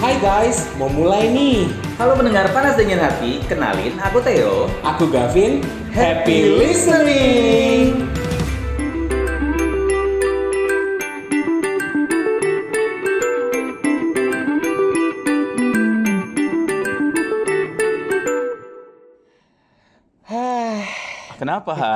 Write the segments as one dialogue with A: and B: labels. A: Hai guys, mau mulai nih.
B: Halo pendengar panas dingin hati, kenalin aku Theo.
A: Aku Gavin.
B: Happy
A: listening.
B: Kenapa? Ha?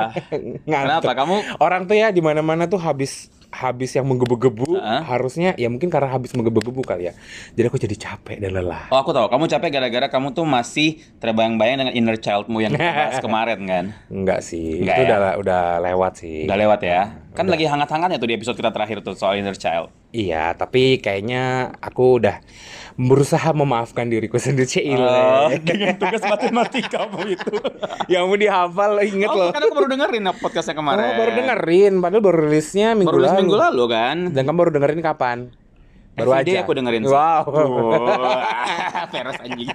A: Ngantuk.
B: Kenapa kamu?
A: Orang tuh ya di mana-mana tuh habis habis yang menggebu-gebu
B: Heeh.
A: harusnya ya mungkin karena habis menggebu-gebu kali ya. Jadi aku jadi capek dan lelah.
B: Oh aku tahu, kamu capek gara-gara kamu tuh masih terbayang-bayang dengan inner childmu yang kita bahas kemarin kan?
A: Enggak sih,
B: Enggak
A: itu
B: ya?
A: udah udah lewat sih.
B: Udah lewat ya? Kan lagi hangat-hangatnya tuh di episode kita terakhir tuh soal inner child.
A: Iya, tapi kayaknya aku udah berusaha memaafkan diriku sendiri.
B: Oh,
A: Cile.
B: dengan tugas matematika kamu itu.
A: yang mau Ya dihafal inget
B: Oh,
A: loh.
B: kan aku baru dengerin podcastnya kemarin.
A: Oh, baru dengerin, padahal baru rilisnya minggu
B: Baru
A: lalu.
B: minggu lalu kan?
A: Dan kamu baru dengerin kapan? Baru
B: Everyday
A: aja.
B: aku dengerin. sih.
A: Wow.
B: Wow. Peres anjing.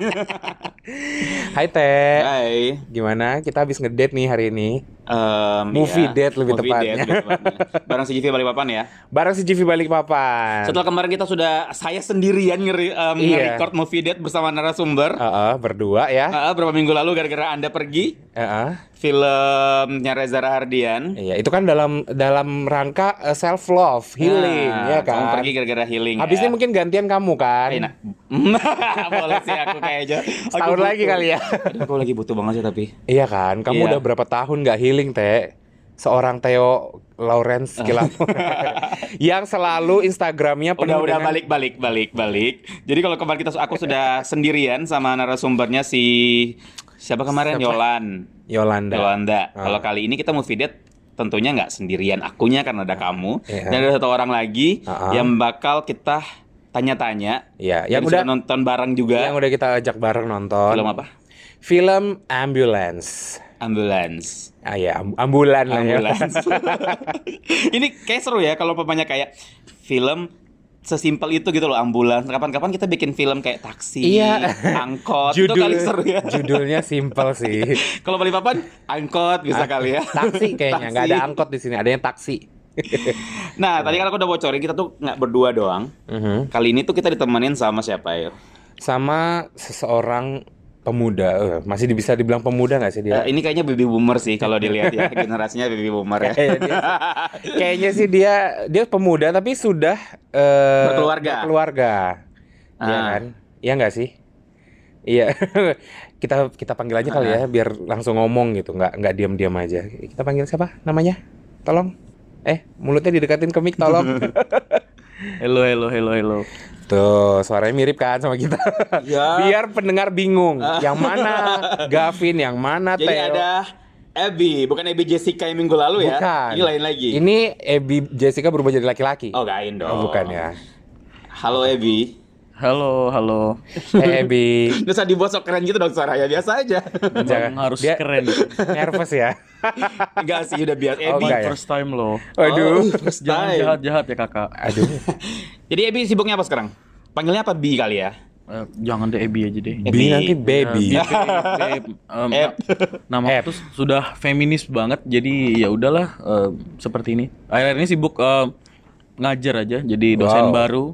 A: Hai
B: Eh.
A: Teh.
B: Hai.
A: Gimana? Kita habis ngedate nih hari ini.
B: Em, iya,
A: Movie date lebih tepatnya.
B: date lebih tepatnya. Barang si Jivi Balikpapan ya.
A: Bareng si Jivi balik papan.
B: Setelah kemarin kita sudah saya sendirian ngeri em,
A: Iya.
B: nge-record movie date bersama narasumber.
A: berdua ya.
B: Ah, berapa minggu lalu gara-gara Anda pergi
A: Heeh.
B: filmnya Reza Rahardian.
A: Iya, itu kan dalam dalam rangka self love, healing
B: Nah,
A: ya
B: Kamu
A: kan.
B: pergi gara-gara healing.
A: Habis ini
B: ya.
A: mungkin gantian kamu kan.
B: Eh, nah. Boleh sih aku kayaknya.
A: Setahun lagi kali ya.
B: gitu. Aduh, aku lagi butuh banget sih tapi.
A: Iya kan, kamu
B: Iya.
A: udah berapa tahun nggak healing, Teh? Seorang Theo Lawrence Kilamo yang selalu Instagramnya penuh
B: Udah udah
A: dengan-
B: balik balik balik balik. Jadi kalau kemarin kita aku sudah sendirian sama narasumbernya si siapa kemarin Yolan.
A: Yolanda.
B: Yolanda.
A: Ah.
B: Kalau kali ini kita mau date tentunya nggak sendirian. Akunya karena ada kamu
A: Iya.
B: dan ada satu orang lagi
A: Ah, ah.
B: yang bakal kita tanya-tanya.
A: Iya, yang
B: Dan
A: udah
B: sudah nonton bareng juga.
A: yang udah kita ajak bareng nonton.
B: Film apa?
A: Film Ambulance.
B: Ambulance.
A: Ah ya, am- ambulan lah ya.
B: Ambulance. ini kayak seru ya kalau pemainnya kayak film sesimpel itu gitu loh ambulans. Kapan-kapan kita bikin film kayak taksi,
A: Iya.
B: angkot, itu
A: Judul,
B: kali seru ya.
A: judulnya simpel sih.
B: Kalau Balikpapan, angkot bisa kali ya.
A: Ah, Taksi kayaknya, nggak ada
B: Taksi.
A: angkot di sini, adanya taksi.
B: Nah, tadi kan aku udah bocorin kita tuh nggak berdua doang.
A: Mhm.
B: Kali ini tuh kita ditemenin sama siapa ya?
A: Sama seseorang pemuda, Eh, masih bisa dibilang pemuda nggak sih dia?
B: Eh, ini kayaknya baby boomer sih kalau dilihat ya generasinya baby boomer ya.
A: Iya, dia- Kayaknya sih dia dia pemuda tapi sudah eh,
B: Berkeluarga.
A: Berkeluarga. Iya
B: Ah.
A: kan? Iya nggak sih? Iya. kita kita panggil aja kali ya
B: Ah.
A: biar langsung ngomong gitu, nggak nggak diam-diam aja. Kita panggil siapa namanya? Tolong. Eh, mulutnya didekatin ke mic tolong.
B: Hello hello hello hello.
A: Tuh, suaranya mirip kan sama kita.
B: Ya.
A: Biar pendengar bingung, yang mana Gavin, yang mana
B: Ah. Jadi
A: Theo.
B: ada Abby, bukan Abby Jessica yang minggu lalu ya?
A: Bukan.
B: Ini lain lagi.
A: Ini Ebi Jessica berubah jadi laki-laki.
B: Oh, lain dong.
A: Oh, bukan ya.
B: Halo Abby.
C: Halo, halo.
A: Eh, Ebi.
B: Nggak usah dibuat sok keren gitu dong suaranya, biasa aja.
A: Jangan.
C: Memang harus
A: Dia-
C: keren.
A: Nervous ya?
B: Enggak sih, udah biasa.
A: Oh,
B: Abby.
A: enggak ya?
C: First time loh.
A: Waduh.
B: first
C: Jangan
B: time.
C: jahat-jahat ya kakak.
A: Aduh.
B: Jadi Abby sibuknya apa sekarang? Panggilnya apa Bi kali ya?
C: Eh, jangan deh Ebi aja deh.
A: B nanti baby. Iya,
C: Eh, Bi- Bi- em,
A: Eh,
B: Ep.
C: nama aku tuh sudah feminis banget. Jadi ya udahlah em, seperti ini. Akhir ini sibuk em, ngajar aja. Jadi dosen
A: Wow.
C: baru.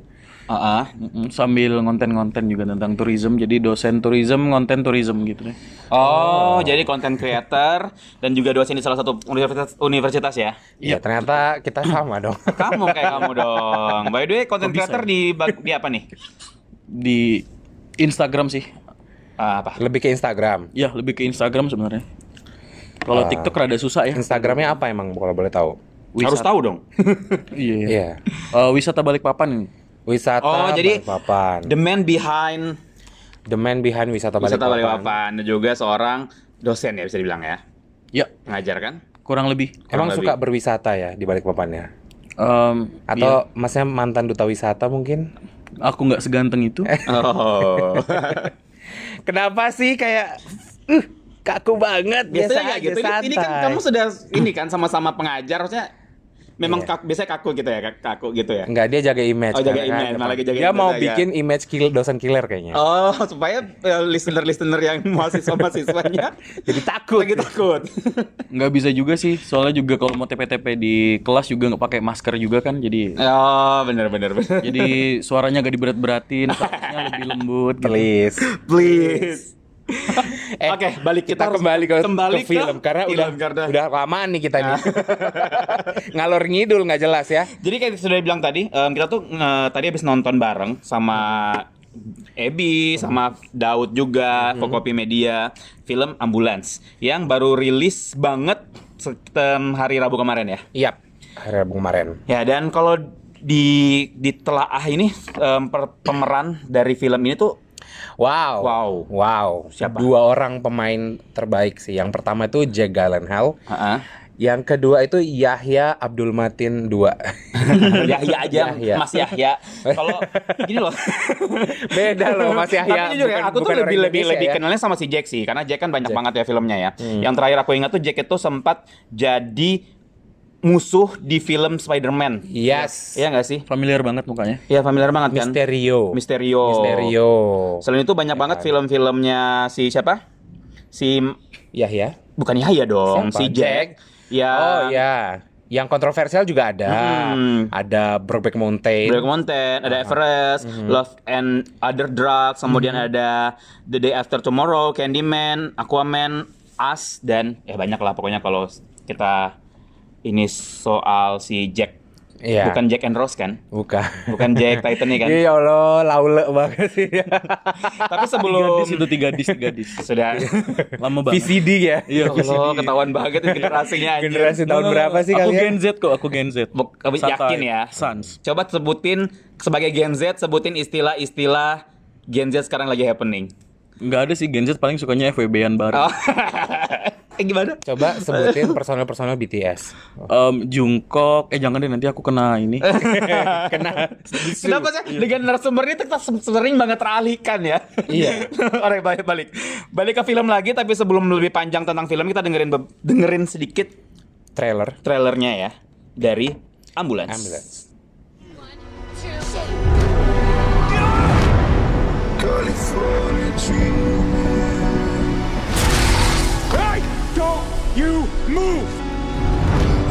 B: Ah, ah.
C: Mm-mm, Sambil ngonten-ngonten juga tentang tourism. Jadi dosen tourism, ngonten tourism gitu deh.
B: Oh, jadi konten creator dan juga dosen di salah satu universitas universitas ya.
A: Ya ternyata kita sama dong.
B: Kamu kayak kamu dong. By the way, konten creator di bag- di apa nih?
C: Di Instagram sih.
B: Ah, apa?
A: Lebih ke Instagram.
C: Ya lebih ke Instagram sebenarnya.
A: Ah.
C: Kalau TikTok rada susah ya.
A: Instagramnya apa emang kalau boleh tahu?
B: Harus tahu dong.
C: Iya. iya.
A: Iya.
C: Eh, wisata Balikpapan ini.
A: Wisata
B: Oh, jadi
A: Balikpapan.
B: the man behind
A: The man behind wisata Balikpapan.
B: wisata Balikpapan dan juga seorang dosen ya bisa dibilang ya.
C: Ya,
B: Ngajar kan?
C: kurang lebih.
A: Emang
B: Kurang
A: suka berwisata ya di Balikpapan ya?
C: Em, iya.
A: Atau
B: Iya.
A: masnya mantan duta wisata mungkin?
C: aku nggak seganteng itu.
B: Eh. Oh.
A: Kenapa sih kayak uh, kaku banget biasa
B: Biasanya nggak
A: aja
B: gitu. Ini- Ini kan
A: santai.
B: kamu sudah ini kan sama-sama pengajar harusnya memang kak- biasanya kaku gitu ya, kak- kaku gitu ya.
A: Enggak, dia jaga image.
B: Oh, jaga
A: karena
B: image, malah jaga
A: Dia
B: image
A: mau
B: aja.
A: bikin image kill dosen killer kayaknya.
B: Oh, supaya eh, listener-listener yang mahasiswa-mahasiswanya jadi takut, lagi takut.
C: nggak bisa juga sih soalnya juga kalau mau TP-TP di kelas juga nggak pakai masker juga kan jadi
B: oh, bener-bener. bener.
C: jadi suaranya gak diberat-beratin suaranya lebih lembut gitu.
A: Please.
B: Please.
A: Eh,
B: Oke, balik kita,
A: Kita
B: harus
A: kembali ke,
B: kembali
A: ke film karena
B: film,
A: udah
B: karena- Ah.
A: udah lamaan nih kita nih. Ngalor ngidul nggak jelas ya.
B: Jadi kayak sudah bilang tadi, em, kita tuh eh, tadi habis nonton bareng sama Ebi, sama Daud juga, Fokopi Media, film Ambulance yang baru rilis banget setem hari Rabu kemarin ya.
A: Iya. Hari Rabu kemarin.
B: Ya dan kalau di ditelaah ini em, per- pemeran dari film ini tuh
A: Wow.
B: Wow.
A: Wow.
B: Siapa?
A: Dua orang pemain terbaik sih. Yang pertama itu Jack Gyllenhaal.
B: Heeh.
A: Yang kedua itu Yahya Abdul Matin 2.
B: Yahya aja,
A: Yahya.
B: Mas Yahya. Kalau gini loh.
A: Beda loh Mas Yahya.
B: Tapi jujur ya,
A: Bukan-
B: aku tuh
A: bukan orang
B: lebih lebih
A: Indonesia
B: lebih
A: ya.
B: kenalnya sama si Jack sih, karena Jack kan banyak
A: Jack. Hmm.
B: banget ya filmnya ya. Yang terakhir aku ingat tuh Jack itu sempat jadi musuh di film Spider-Man.
A: Yes.
B: Iya nggak sih?
C: familiar banget mukanya
B: Iya familiar banget kan.
A: Misterio.
B: Misterio.
A: Misterio.
B: Selain itu banyak banget film-filmnya si siapa? Si
A: Yahya.
B: bukan Yahya dong,
A: Siapa?
B: si Jack. Ya.
A: Ya, Oh ya, yang kontroversial juga ada.
B: Hmm.
A: Ada Brokeback Mountain.
B: Black Mountain, ada Everest, Love and Other Drugs, kemudian ada The Day After Tomorrow, Candyman, Aquaman, Us dan ya banyak lah pokoknya kalau kita ini soal si Jack,
A: Iya.
B: bukan Jack and Rose kan?
A: Bukan.
B: Bukan Jack Titanic kan?
A: Ya Allah, laule banget sih.
B: Tapi sebelum
C: gadis itu tiga dis tiga dis
B: sudah
C: lama banget
A: VCD ya.
C: iya
B: Ya Allah, ketahuan banget ini generasinya anjir.
A: Generasi tahun
C: Nggak, nggak,
A: berapa sih
C: aku
A: kalian?
C: Gen Z kok aku Gen Z
B: Buk- kamu
C: Santai.
B: yakin ya?
C: sans
B: Coba sebutin sebagai Gen Z sebutin istilah-istilah Gen Z sekarang lagi happening.
C: nggak ada sih Gen Z paling sukanya FWB-an bareng
B: Oh. Eh, Gimana?
A: Coba sebutin personel-personel BTS.
C: Em, Jungkook eh jangan deh nanti aku kena ini
B: Eh.
A: Kena.
B: Kenapa sih dengan narasumber ini kita se- sering banget teralihkan ya?
A: Iya.
B: Orang balik balik. Balik ke film lagi tapi sebelum lebih panjang tentang film kita dengerin be- dengerin sedikit
A: Trailer.
B: trailernya ya dari ambulans.
A: Ambulance.
D: California dreaming.
E: Hey! Don't you move!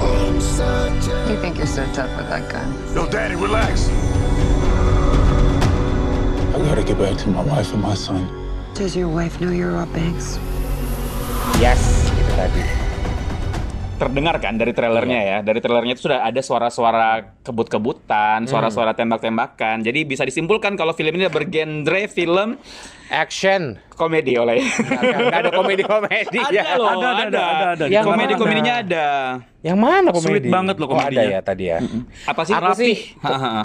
D: I'm such a
F: You think you're so tough with that gun?
E: Yo, Daddy, relax.
G: I gotta get back to my wife and my son.
F: Does your wife know you're Rob Banks?
A: Yes, itu tadi.
B: Terdengar kan dari trailernya ya? Dari trailernya itu sudah ada suara-suara kebut-kebutan, suara-suara tembak-tembakan. Jadi bisa disimpulkan kalau film ini bergenre film
A: Action.
B: komedi oleh.
A: Gak iya, ada komedi-komedi ya.
B: ada loh,
C: Ada, ada, ada, ada, ada.
A: Yang
B: ya, komedi-komedinya ada.
A: Yang mana komedi?
C: Sweet banget loh
A: Oh, ada
C: komedinya.
A: ya tadi ya.
B: Apa sih?
A: aku sih,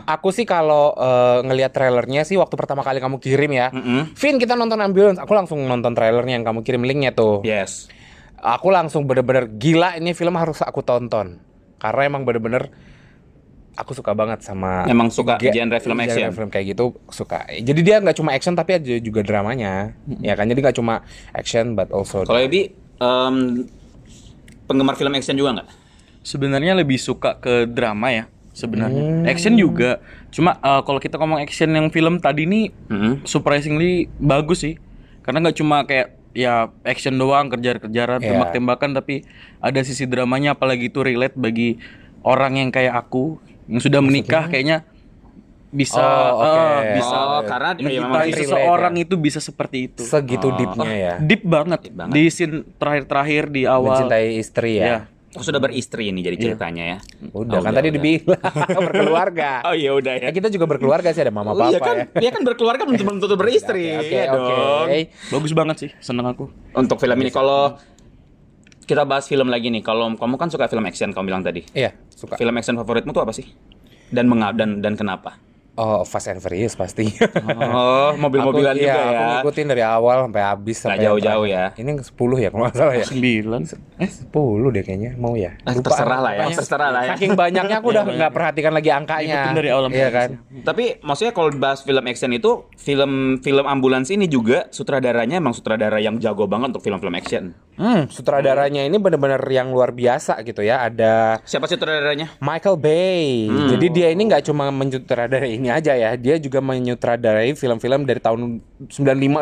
A: aku sih kalau eh, ngelihat trailernya sih waktu pertama kali kamu kirim ya, Vin kita nonton ambulance, aku langsung nonton trailernya yang kamu kirim linknya tuh,
B: Yes.
A: aku langsung bener-bener gila ini film harus aku tonton, karena emang bener-bener aku suka banget sama
B: Emang suka
A: ge-
B: genre film action?
A: film kayak gitu suka, jadi dia nggak cuma action tapi ada juga dramanya, ya kan jadi nggak cuma action but also
B: Kalau Ebi em, penggemar film action juga nggak?
C: Sebenarnya lebih suka ke drama ya
A: Hmm.
C: sebenarnya. Action juga. Cuma eh, kalau kita ngomong action yang film tadi nih
A: Hmm. Mm-hmm.
B: Mm-mm.
C: surprisingly bagus sih. Karena nggak cuma kayak ya action doang kejar-kejaran,
A: Iya.
C: tembak-tembakan tapi ada sisi dramanya apalagi itu relate bagi orang yang kayak aku yang sudah menikah kayaknya bisa
A: Oh, oke.
C: eh, bisa
B: Oh, karena ya, memang
C: mencintai
A: relate
C: seseorang
A: ya.
C: itu bisa seperti itu.
A: segitu
B: Oh.
A: deepnya ya,
C: Deep banget.
B: Deep banget.
C: Di scene terakhir-terakhir di awal.
A: mencintai istri ya.
C: Iya.
B: aku Oh, sudah beristri ini jadi ceritanya ya.
A: Iya. Udah
B: Oh,
A: kan tadi dibilang berkeluarga.
B: Oh iya udah
A: Ya
B: ya.
A: kita juga berkeluarga sih ada mama
B: Oh,
A: papa
B: iya kan,
A: ya.
B: dia kan berkeluarga belum belum tentu beristri.
A: Oke,
B: Iya
A: oke.
B: dong.
C: Bagus banget sih, seneng aku.
B: Untuk film ini kalau kita bahas film lagi nih, kalau kamu kan suka film action kamu bilang tadi.
A: Iya, suka.
B: Film action favoritmu tuh apa sih? Dan menga dan dan kenapa?
A: Oh, Fast and Furious pasti.
B: Oh, mobil-mobilan
A: Aku- iya,
B: juga
A: Aku
B: ya.
A: ngikutin dari awal sampai habis sampai yang
B: jauh-jauh
A: terakhir.
B: ya.
A: Ini yang 10 ya kalau nggak salah ya.
C: 9
A: Eh, 10 deh kayaknya. Mau ya?
B: Ah, terserah lah ya,
A: pokoknya.
B: terserah lah ya. iya.
A: Saking banyaknya aku udah nggak perhatikan lagi angkanya.
C: Ngikutin dari awal sampai
A: Iya kan?
B: ya. Tapi maksudnya kalau bahas film action itu film film ambulans ini juga sutradaranya emang sutradara yang jago banget untuk film-film action.
A: Hmm, sutradaranya ini bener-bener yang luar biasa gitu ya. Ada
B: Siapa sutradaranya?
A: Michael Bay.
B: Hmm.
A: Jadi dia ini nggak cuma menyutradarai ini aja ya, dia juga menyutradarai film-film dari tahun 95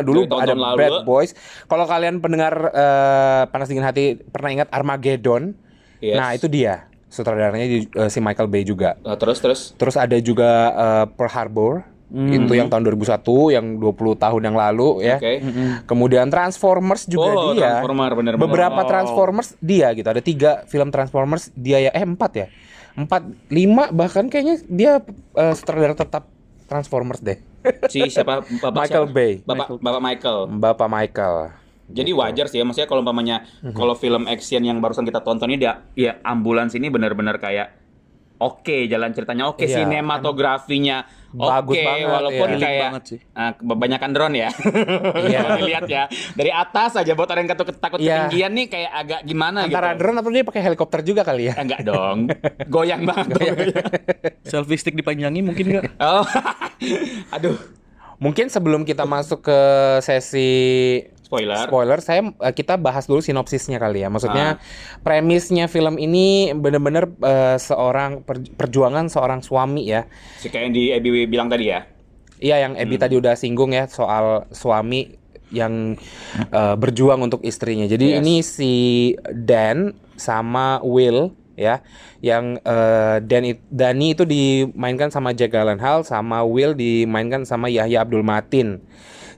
A: dulu
B: Dari tahun-tahun
A: ada
B: lalu.
A: Bad Boys. Kalau kalian pendengar eh, panas dingin hati pernah ingat Armageddon?
B: Yes.
A: Nah, itu dia. Sutradaranya di- eh, si Michael Bay juga.
B: Eh, terus terus.
A: Terus ada juga eh, Pearl Harbor.
B: Hmm.
A: Itu yang tahun 2001, yang 20 tahun yang lalu ya.
B: Oke.
A: Kemudian Transformers juga
B: Hmm. Oh,
A: dia.
B: Transformer, bener-bener.
A: Beberapa
B: Oh.
A: Transformers dia gitu. Ada tiga film Transformers dia ya. Eh empat ya. Empat, lima bahkan kayaknya dia eh, sutradara tetap Transformers deh.
B: Si siapa? Bapak
A: Michael
B: siapa?
A: Bay.
B: Bapak Bapak Michael.
A: Bapak Michael.
B: Jadi
A: Gitu.
B: wajar sih ya, maksudnya kalau umpamanya
A: Mhm.
B: kalau film action yang barusan kita tonton ini dia ya ambulans ini benar-benar kayak oke jalan ceritanya oke
A: Iya,
B: sinematografinya oke
A: Bagus banget,
B: walaupun
A: iya.
B: kayak
C: Banget sih.
B: ah, kebanyakan drone ya.
A: Iya.
B: Kalau dilihat ya dari atas aja buat orang yang ketuk- takut
A: Iya.
B: ketinggian nih kayak agak gimana
A: Antara
B: gitu.
A: drone atau dia pakai helikopter juga kali ya?
B: Eh, enggak dong. Goyang banget. dong.
C: Selfie stick dipanjangi mungkin nggak?
B: oh. Aduh,
A: Mungkin sebelum kita masuk ke sesi
B: spoiler. Ah.
A: spoiler saya eh, kita bahas dulu sinopsisnya kali ya maksudnya premisnya film ini bener-bener eh, seorang per- perjuangan seorang suami ya
B: Si kayak yang di Abby bilang tadi ya.
A: iya yang Ebi
B: Hmm.
A: tadi udah singgung ya soal suami yang eh, berjuang untuk istrinya jadi
B: Yes.
A: ini si Dan sama Will ya yang eh, Dan it- Dani itu dimainkan sama Jack Gyllenhaal sama Will dimainkan sama Yahya Abdul Matin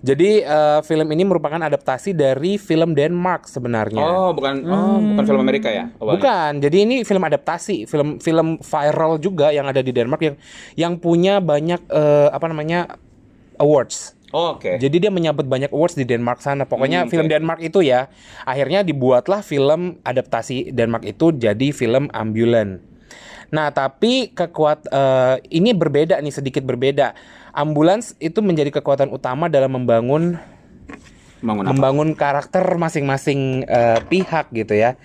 A: jadi eh, film ini merupakan adaptasi dari film Denmark sebenarnya
B: Oh, bukan oh, bukan film Amerika ya? awalnya?
A: Iya. Hmm. Bukan, jadi ini film adaptasi, film film viral juga yang ada di Denmark yang yang punya banyak eh, apa namanya awards.
B: Oh, oke.
A: Jadi dia menyambut banyak awards di Denmark sana. Pokoknya
B: Hmm, oke.
A: film Denmark itu ya, akhirnya dibuatlah film adaptasi Denmark itu jadi film ambulan. Nah, tapi kekuat eh, ini berbeda nih sedikit berbeda. Ambulans itu menjadi kekuatan utama dalam membangun
B: Bangun apa?
A: membangun karakter masing-masing eh, pihak gitu ya.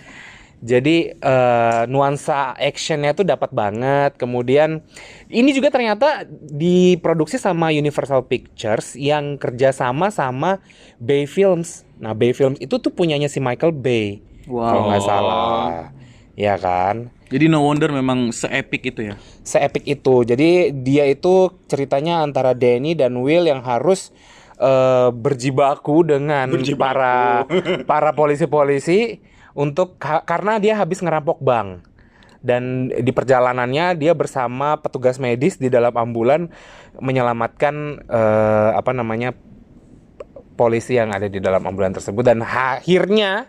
A: Jadi eh, nuansa actionnya tuh dapat banget. Kemudian ini juga ternyata diproduksi sama Universal Pictures yang kerjasama sama Bay Films. Nah Bay Films itu tuh punyanya si Michael Bay kalau nggak salah, ya kan?
C: Jadi no wonder memang seepik itu ya.
A: seepik itu. Jadi dia itu ceritanya antara Danny dan Will yang harus eh, berjibaku dengan para para polisi-polisi untuk ka- karena dia habis ngerampok bank. Dan di perjalanannya dia bersama petugas medis di dalam ambulan menyelamatkan eh, apa namanya polisi yang ada di dalam ambulan tersebut dan akhirnya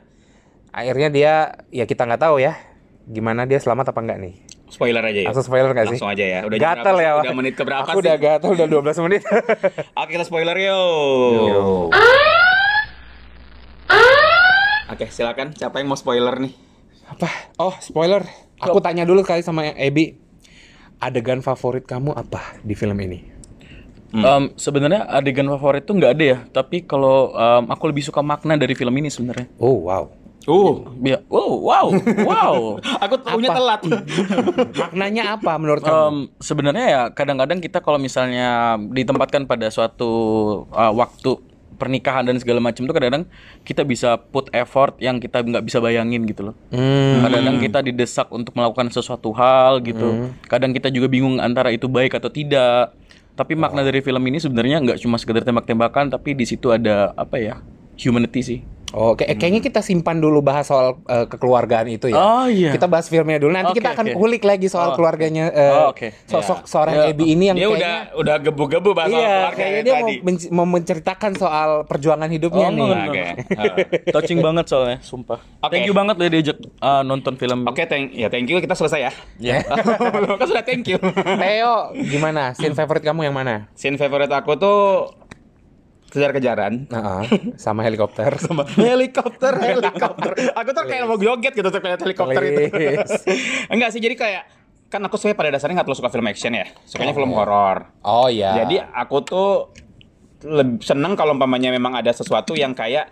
A: akhirnya dia ya kita nggak tahu ya gimana dia selamat apa enggak nih
B: Spoiler aja ya.
A: Langsung spoiler nggak sih?
B: Langsung aja ya. Udah jam
A: gatel
B: berapa
A: ya.
B: sih?
A: Wak?
B: Udah menit ke berapa
A: Aku
B: sih?
A: udah gatel udah 12 menit.
B: Oke, kita spoiler yo. Oke, silakan. Siapa yang mau spoiler nih?
A: Apa? Oh, spoiler. Aku tanya dulu kali sama Ebi. Adegan favorit kamu apa di film ini?
C: Em, sebenarnya adegan favorit tuh nggak ada ya, tapi kalau em, aku lebih suka makna dari film ini sebenarnya.
A: Oh, wow.
B: Uh,
C: Ya, wow, wow, wow.
B: aku tahunya telat.
A: kan Maknanya apa menurut kamu?
B: Um,
C: Em, sebenarnya ya kadang-kadang kita kalau misalnya ditempatkan pada suatu eh, waktu pernikahan dan segala macam tuh kadang-kadang kita bisa put effort yang kita nggak bisa bayangin gitu loh.
A: Hmm.
C: Kadang-kadang kita didesak untuk melakukan sesuatu hal
A: Hmm.
C: gitu. Kadang kita juga bingung antara itu baik atau tidak. Tapi makna dari film ini sebenarnya nggak cuma sekedar tembak-tembakan, tapi di situ ada apa ya humanity sih.
A: Oke, eh, kayaknya kita simpan dulu bahas soal eh, kekeluargaan itu ya.
C: Oh, iya.
A: Kita bahas filmnya dulu. Nanti
C: Oke,
A: kita akan
C: oke.
A: kulik lagi soal
C: Oh,
A: keluarganya eh,
C: Oh, oke.
A: sosok seorang Ebi ini yang kayaknya
B: Iya. Dia udah udah gebu-gebu bahas soal
A: Iya,
B: keluarga
A: kayaknya
B: yang
A: dia
B: tadi.
A: mau, menc- mau menceritakan soal perjuangan hidupnya
C: Oh,
A: Iya nih.
C: enggak,
B: Oke.
C: Touching banget soalnya, sumpah.
B: Oke.
C: Thank you banget lo diajak eh, nonton film.
B: Oke, thank ya thank you kita selesai ya.
A: Ya.
B: kan sudah thank you.
A: Theo, gimana? Scene favorit kamu yang mana?
B: Scene favorit aku tuh kejar-kejaran.
A: Nah, sama helikopter.
B: sama helikopter helikopter aku tuh kayak mau joget gitu tuh kayak helikopter itu
A: Please.
B: enggak sih jadi kayak kan aku sebenarnya pada dasarnya nggak terlalu suka film action ya sukanya film horor
A: Oh ya.
B: jadi aku tuh leb- seneng kalau umpamanya memang ada sesuatu yang kayak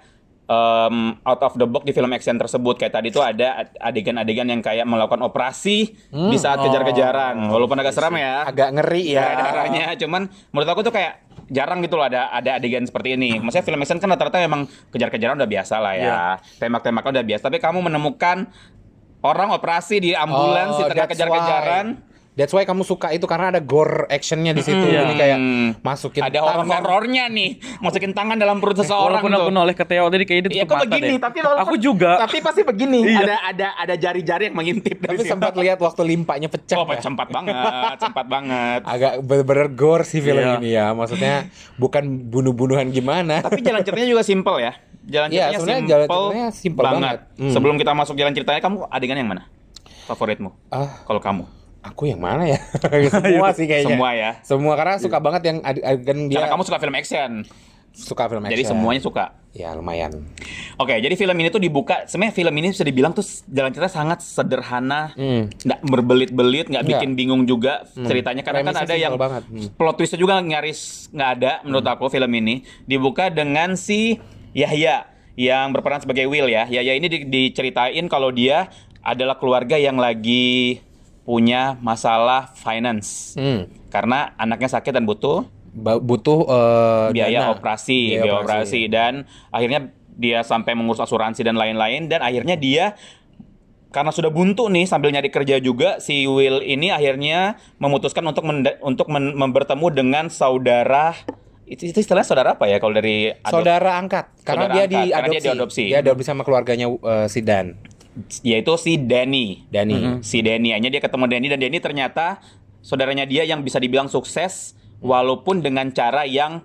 B: em, out of the box di film action tersebut kayak tadi tuh ada ad- adegan-adegan yang kayak melakukan operasi di saat kejar-kejaran walaupun agak seram ya
A: agak ngeri ya.
B: darahnya cuman menurut aku tuh kayak jarang gitu loh ada ada adegan seperti ini. Maksudnya film action kan rata-rata memang kejar-kejaran udah biasa lah ya.
C: Iya.
B: Tembak-tembakan udah biasa. Tapi kamu menemukan orang operasi di ambulans
C: Oh,
A: Oh,
B: di tengah
A: that's
B: kejar-kejaran.
A: why. That's why kamu suka itu karena ada gore actionnya di situ. Jadi kayak masukin
B: Hmm. Ada
A: tangan.
B: horor-horornya nih. Masukin tangan dalam perut seseorang
C: kan? Walaupun Oh, aku
B: tuh.
C: noleh ke Theo tadi kayaknya dia
B: Ya
C: tutup
B: kok
C: mata
B: begini,
C: deh.
B: tapi walaupun-
C: Aku juga.
B: Tapi pasti begini.
C: Iya.
B: Ada ada ada jari-jari yang mengintip dari
A: Tapi
B: situ.
A: sempat lihat waktu limpanya pecah.
B: Oh,
A: ya.
B: cepat banget, cepat banget.
A: Agak bener-bener gore sih film
C: Iya.
A: ini ya. Maksudnya bukan bunuh-bunuhan gimana.
B: Tapi jalan ceritanya juga simple ya. Jalan
A: Iya,
B: ceritanya
A: sebenarnya
B: simple,
A: jalan ceritanya simple banget. Hmm.
B: Sebelum kita masuk jalan ceritanya, kamu adegan yang mana? Favoritmu?
A: Ah.
B: Kalau kamu?
A: Aku yang mana ya? Semua sih kayaknya.
B: Semua ya.
A: Semua karena suka banget yang ad- adegan dia
B: Karena kamu suka film action,
A: suka film action.
B: jadi semuanya suka.
A: Ya lumayan.
B: Oke, jadi film ini tuh dibuka. Sebenarnya film ini bisa dibilang tuh jalan cerita sangat sederhana,
A: Hmm.
B: nggak berbelit-belit, nggak
A: Nggak.
B: bikin bingung juga ceritanya.
A: Iya.
B: Karena
A: Hmm. Premisnya
B: kan ada
A: simple
B: yang
A: banget. Hmm.
B: plot twistnya juga nyaris nggak ada menurut aku film ini. Dibuka dengan si Yahya yang berperan sebagai Will ya. Yahya ini di- diceritain kalau dia adalah keluarga yang lagi punya masalah finance
A: Hmm.
B: karena anaknya sakit dan butuh
A: Ba- Butuh eh,
B: biaya
A: dana.
B: operasi,
A: Biaya
B: biaya, operasi. dan akhirnya dia sampai mengurus asuransi dan lain-lain dan akhirnya dia karena sudah buntu nih sambil nyari kerja juga si Will ini akhirnya memutuskan untuk menda- untuk men- mem- bertemu dengan saudara itu, itu istilahnya saudara apa ya kalau dari adop-
A: Saudara angkat karena
B: Saudara
A: dia
B: angkat,
A: diadopsi.
B: karena dia diadopsi.
A: Dia adopsi sama keluarganya eh, si Dan.
B: yaitu si Danny
A: Dani.
B: si Denny hanya dia ketemu Denny dan Denny ternyata saudaranya dia yang bisa dibilang sukses walaupun dengan cara yang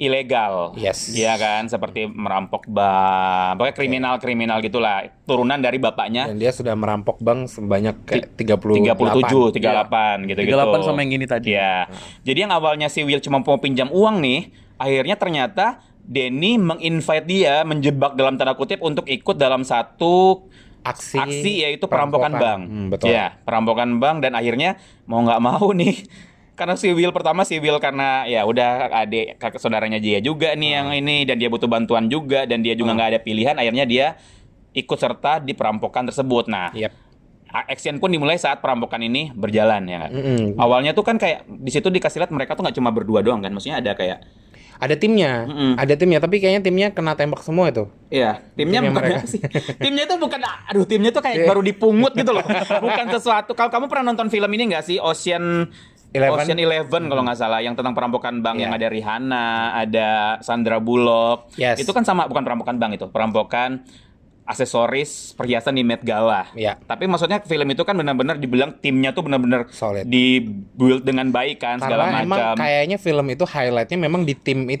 B: ilegal
A: Yes.
B: iya kan seperti merampok bank pokoknya kriminal kriminal gitulah turunan dari bapaknya
A: Dan dia sudah merampok bank sebanyak kayak 37.
B: 37 38 gitu gitu
C: 38 sama yang ini tadi.
B: Iya. jadi yang awalnya si Will cuma mau pinjam uang nih akhirnya ternyata Denny menginvite dia menjebak dalam tanda kutip untuk ikut dalam satu
A: Aksi,
B: aksi yaitu perampokan, bank.
A: Hmm, betul.
B: Ya, perampokan bank dan akhirnya mau nggak mau nih karena si Will pertama si Will karena ya udah adik kakak saudaranya dia juga nih yang ini dan dia butuh bantuan juga dan dia juga nggak ada pilihan akhirnya dia ikut serta di perampokan tersebut. Nah,
A: Yep.
B: a- action pun dimulai saat perampokan ini berjalan ya. nggak?
A: Mm-mm.
B: Awalnya tuh kan kayak di situ dikasih lihat mereka tuh nggak cuma berdua doang kan, maksudnya ada kayak
A: Ada timnya,
B: Mm-mm.
A: ada timnya, tapi kayaknya timnya kena tembak semua itu.
B: Iya,
A: Timnya
B: timnya, bukan
A: mereka. Iya.
B: sih. Timnya tuh bukan aduh, timnya tuh kayak baru dipungut gitu loh. Bukan sesuatu. Kalau kamu pernah nonton film ini nggak sih Ocean
A: Eleven. Hmm.
B: Ocean Eleven kalau nggak salah yang tentang perampokan bank yang
A: Iya.
B: ada Rihanna, ada Sandra Bullock.
A: Yes.
B: Itu kan sama bukan perampokan bank itu, perampokan aksesoris perhiasan di Met Gala.
A: Iya.
B: Tapi maksudnya film itu kan benar-benar dibilang timnya tuh benar-benar
A: Solid.
B: di build dengan baik kan segala
A: Karena emang
B: macam.
A: kayaknya film itu highlightnya memang di tim itu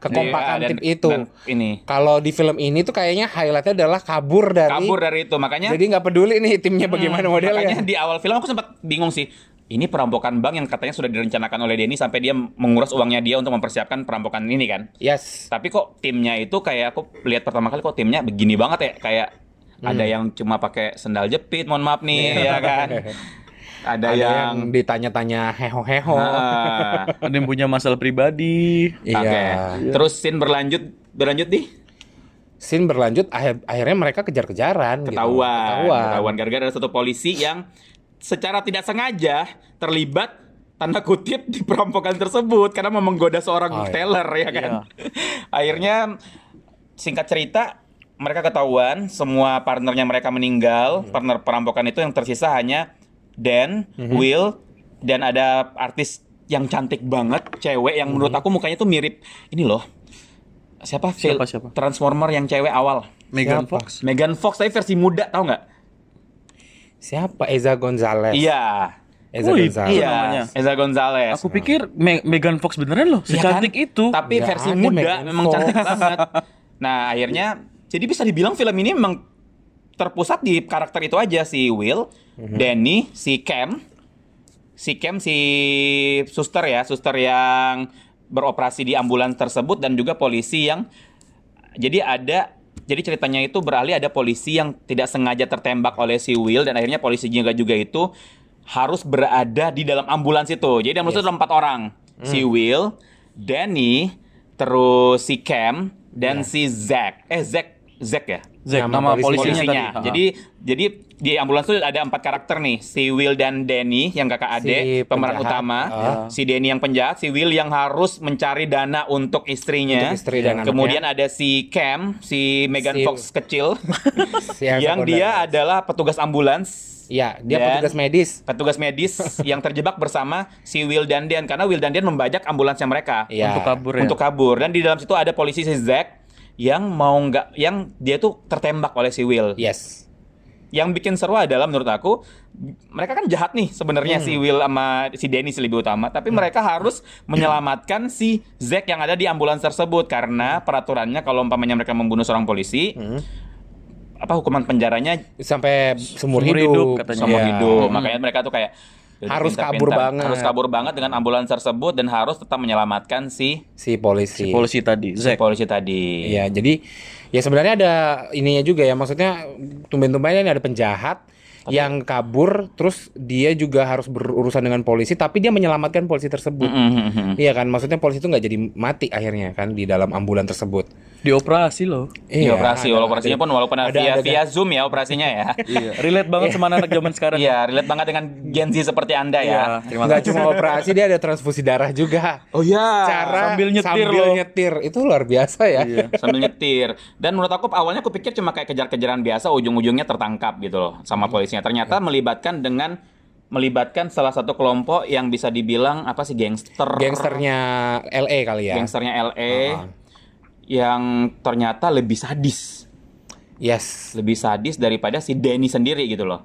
A: kekompakan, kekompakan
B: Iya, dan-
A: tim itu.
B: dan ini.
A: Kalau di film ini tuh kayaknya highlightnya adalah kabur dari.
B: Kabur dari itu makanya
A: Jadi nggak peduli nih timnya Ya, bagaimana modelnya.
B: Hmm, Makanya di awal film aku sempat bingung sih. Ini perampokan bank yang katanya sudah direncanakan oleh Denny sampai dia menguras uangnya dia untuk mempersiapkan perampokan ini kan.
A: Yes.
B: Tapi kok timnya itu kayak aku lihat pertama kali kok timnya begini banget ya kayak
A: Hmm.
B: ada yang cuma pakai sendal jepit, mohon maaf nih ya kan. Ada,
A: Iya. Ada
B: yang,
A: yang ditanya-tanya heho-heho.
B: Ah,
C: Ada yang punya masalah pribadi.
A: Iya.
B: oke. Terus scene berlanjut berlanjut nih
A: Scene berlanjut akhir- akhirnya mereka kejar-kejaran gitu.
B: ketahuan.
A: Ketahuan.
B: Ketahuan gara-gara ada satu polisi yang secara tidak sengaja terlibat tanda kutip di perampokan tersebut karena mau menggoda
A: Oh,
B: seorang
A: iya.
B: teller ya kan. Akhirnya singkat cerita mereka ketahuan semua partnernya mereka
A: Iya.
B: meninggal, partner perampokan itu yang tersisa hanya Dan,
A: Mhm.
B: Will dan ada artis yang cantik banget, cewek yang
A: Mhm.
B: menurut aku mukanya tuh mirip ini loh. Siapa? Phil?
C: Siapa, siapa?
B: Transformer yang cewek awal.
C: Megan
A: Siapa?
C: Fox.
B: Megan Fox tapi versi muda tau nggak?
A: Siapa Eza Gonzalez?
B: Iya.
A: Eza
C: Oh,
A: Gonzalez.
C: Iya.
B: Iya. Eza Gonzalez.
C: Aku pikir Me- Megan Fox beneran loh,
B: Iya
C: secantik
B: kan?
C: itu.
B: Tapi
A: Nggak
B: versi
A: ada
B: muda
A: Megan
B: memang
A: Fox.
B: cantik banget. Nah, akhirnya jadi bisa dibilang film ini memang terpusat di karakter itu aja si Will, Danny, si Cam, si Cam si suster ya, suster yang beroperasi di ambulans tersebut dan juga polisi yang jadi ada jadi ceritanya itu beralih ada polisi yang tidak sengaja tertembak oleh si Will dan akhirnya polisi juga juga itu harus berada di dalam ambulans itu. Jadi ambulans itu ada empat orang. Si Will, Danny, terus si Cam dan si Zack. Eh Zack Zack ya?
C: Zack,
A: Nama
C: nama,
A: polisinya.
C: polisinya,
B: polisinya.
C: tadi.
B: Jadi jadi di ambulans tuh ada empat karakter nih. Si Will dan Danny yang kakak
A: Si
B: adik pemeran
A: penjahat.
B: utama,
A: Ah.
B: si Danny yang penjahat, si Will yang harus mencari dana untuk istrinya.
A: Untuk istri dan anaknya.
B: Kemudian ada si Cam, si Megan
A: Si-
B: Fox kecil
A: Si Elsa
B: yang
A: Cordalis.
B: dia adalah petugas ambulans.
A: Iya, dia
B: Dan-
A: petugas medis.
B: petugas medis yang terjebak bersama si Will dan Dian karena Will dan Dian membajak ambulansnya mereka
A: Iya.
C: Untuk kabur ya.
B: untuk kabur dan di dalam situ ada polisi si Zack yang mau nggak yang dia tuh tertembak oleh si Will.
A: Yes.
B: Yang bikin seru adalah menurut aku mereka kan jahat nih sebenarnya
A: Hmm.
B: si Will sama si Dennis lebih utama tapi mereka harus menyelamatkan si Zack yang ada di ambulans tersebut karena peraturannya kalau umpamanya mereka membunuh seorang polisi
A: Hmm.
B: apa hukuman penjaranya
A: Sampai seumur
C: Seumur
A: hidup.
C: hidup katanya.
B: seumur
A: Iya.
B: hidup. Makanya mereka tuh kayak "Yaudah,
A: Harus kabur banget."
B: Harus kabur banget dengan ambulans tersebut dan harus tetap menyelamatkan si
A: Si polisi.
C: polisi tadi, Zack.
B: polisi tadi.
A: Iya, jadi ya sebenarnya ada ininya juga ya. Maksudnya tumben-tumbennya ini ada penjahat yang kabur terus dia juga harus berurusan dengan polisi tapi dia menyelamatkan polisi tersebut.
B: Hmm.
A: Iya kan? Maksudnya polisi itu nggak jadi mati akhirnya kan di dalam ambulan tersebut. Iya.
C: Dioperasi loh.
B: Di operasi,
A: ada-
B: operasinya pun walaupun
A: ada- ada-
B: via
A: kan?
B: via Zoom ya operasinya ya.
C: Iya, relate banget sama anak zaman sekarang.
B: Iya, relate banget dengan Gen Z seperti Anda ya.
C: Iya,
B: Terima
A: nggak cuma operasi dia ada transfusi darah juga.
B: Oh iya.
A: Cara
C: sambil nyetir
A: sambil
C: loh.
A: nyetir. itu luar biasa ya.
B: sambil nyetir. Dan menurut aku awalnya aku pikir cuma kayak kejar-kejaran biasa, ujung-ujungnya tertangkap gitu loh sama
A: Hmm.
B: polisinya.
A: Iya.
B: Ternyata melibatkan dengan melibatkan salah satu kelompok yang bisa dibilang apa sih gangster.
A: Gangsternya LA kali ya.
B: Gangsternya LA yang ternyata lebih sadis,
A: Yes.
B: lebih sadis daripada si Denny sendiri gitu loh.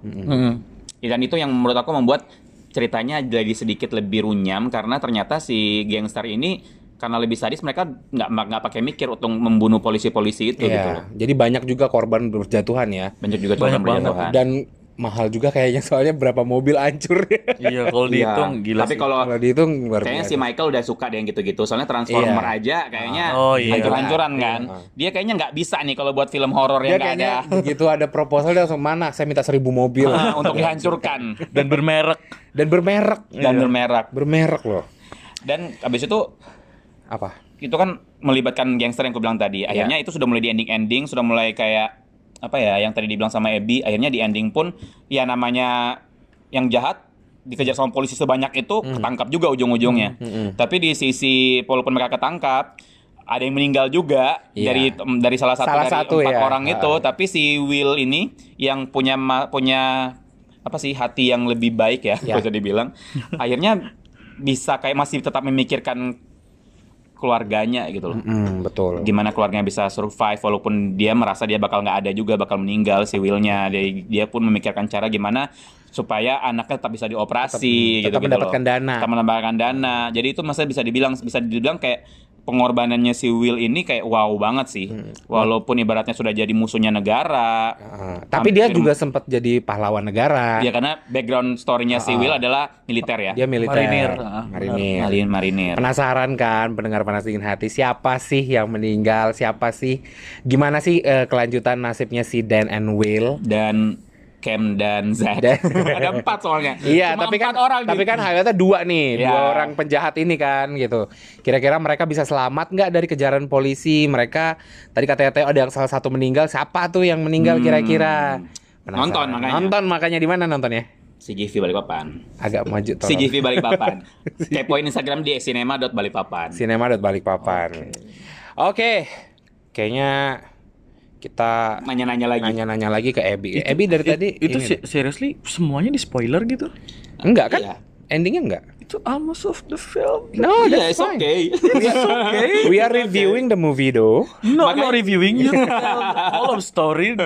B: Ya, Dan itu yang menurut aku membuat ceritanya jadi sedikit lebih runyam karena ternyata si gangster ini karena lebih sadis mereka nggak nggak pakai mikir untuk membunuh polisi-polisi itu gitu loh.
A: Iya. Jadi banyak juga korban berjatuhan ya.
B: Banyak juga tuh yang
C: Banyak banget.
B: berjatuhan.
A: Dan mahal juga kayaknya soalnya berapa mobil hancur ya.
C: Iya,
B: Iya.
C: kalau dihitung gila
B: Tapi
C: sih.
B: kalau
A: Kalau dihitung luar
B: kayaknya
A: biasa.
B: si Michael udah suka deh yang gitu-gitu. Soalnya Transformer
A: Iya.
B: aja kayaknya
C: Oh, iya.
B: hancur-hancuran
A: Iya.
B: kan. Dia kayaknya nggak bisa nih kalau buat film horor
A: dia
B: yang nggak
A: kayaknya
B: ada Ah,
A: begitu ada proposal dia langsung mana saya minta seribu mobil
B: untuk dihancurkan
C: dan bermerek.
A: dan bermerek
B: dan bermerek.
A: bermerek loh
B: Dan abis itu
A: apa
B: itu kan melibatkan gangster yang aku bilang tadi.
A: Iya.
B: Akhirnya itu sudah mulai di ending-ending, sudah mulai kayak apa ya yang tadi dibilang sama Ebi, akhirnya di ending pun ya namanya yang jahat dikejar sama polisi sebanyak itu
A: Hmm.
B: ketangkap juga ujung-ujungnya. Tapi di sisi walaupun mereka ketangkap, ada yang meninggal juga
A: Iya.
B: dari tem- dari salah satu
A: Salah
B: dari
A: satu
B: empat
A: ya.
B: orang itu,
A: Ah.
B: tapi si Will ini yang punya ma- punya apa sih hati yang lebih baik ya,
A: Iya.
B: bisa dibilang. akhirnya bisa kayak masih tetap memikirkan keluarganya gitu loh.
A: Hmm, betul
B: Gimana keluarganya bisa survive walaupun dia merasa dia bakal nggak ada juga bakal meninggal si Willnya. Dia, dia pun memikirkan cara gimana supaya anaknya tetap bisa
A: Tetap-
B: dioperasi
A: tetap
B: gitu-gitu
A: mendapatkan
B: loh.
A: dana.
B: Tetap mendapatkan dana. Jadi itu masa bisa dibilang bisa dibilang kayak pengorbanannya si Will ini kayak wow banget sih. Walaupun ibaratnya sudah jadi musuhnya negara.
A: Ah, tapi dia
B: Hampir-
A: juga sempat jadi pahlawan negara
B: Ya karena background story-nya si Will adalah militer ya.
A: dia militer
C: Marinir. Ah,
A: marinir
B: marin marinir.
A: penasaran kan pendengar panas dingin hati siapa sih yang meninggal siapa sih gimana sih eh, kelanjutan nasibnya si Dan and Will
B: dan Cam dan Zack.
A: Dan-
B: ada empat soalnya.
A: Iya,
B: Cuma
A: tapi kan
B: empat orang
A: tapi
B: di-
A: kan highlightnya dua nih, dua
B: Iya.
A: orang penjahat ini kan gitu. Kira-kira mereka bisa selamat nggak dari kejaran polisi? Mereka tadi katanya Teo ada yang salah satu meninggal. Siapa tuh yang meninggal kira-kira? Penasaran.
B: Hmm. Nonton makanya.
A: Nonton makanya di mana nontonnya?
B: CGV Balikpapan.
A: Agak maju tolong.
B: CGV Balikpapan. Kepoin Instagram di cinema.balikpapan.
A: Sinema balik papan. Oke. Kayaknya kita
B: Nanya-nanya lagi.
A: nanya-nanya lagi ke
B: Ya,
A: Ebi. Ebi dari
C: It-
A: tadi
C: itu
A: ini
C: se- seriously semuanya di spoiler gitu.
A: nih. enggak kan?
B: Iya.
A: Endingnya enggak?
C: Itu almost of the film.
A: No,
B: Iya,
A: Oh, that's
B: it's
A: fine.
B: okay.
A: We are reviewing the movie though.
C: No, no
B: Makanya-
C: reviewing you tell the whole of story.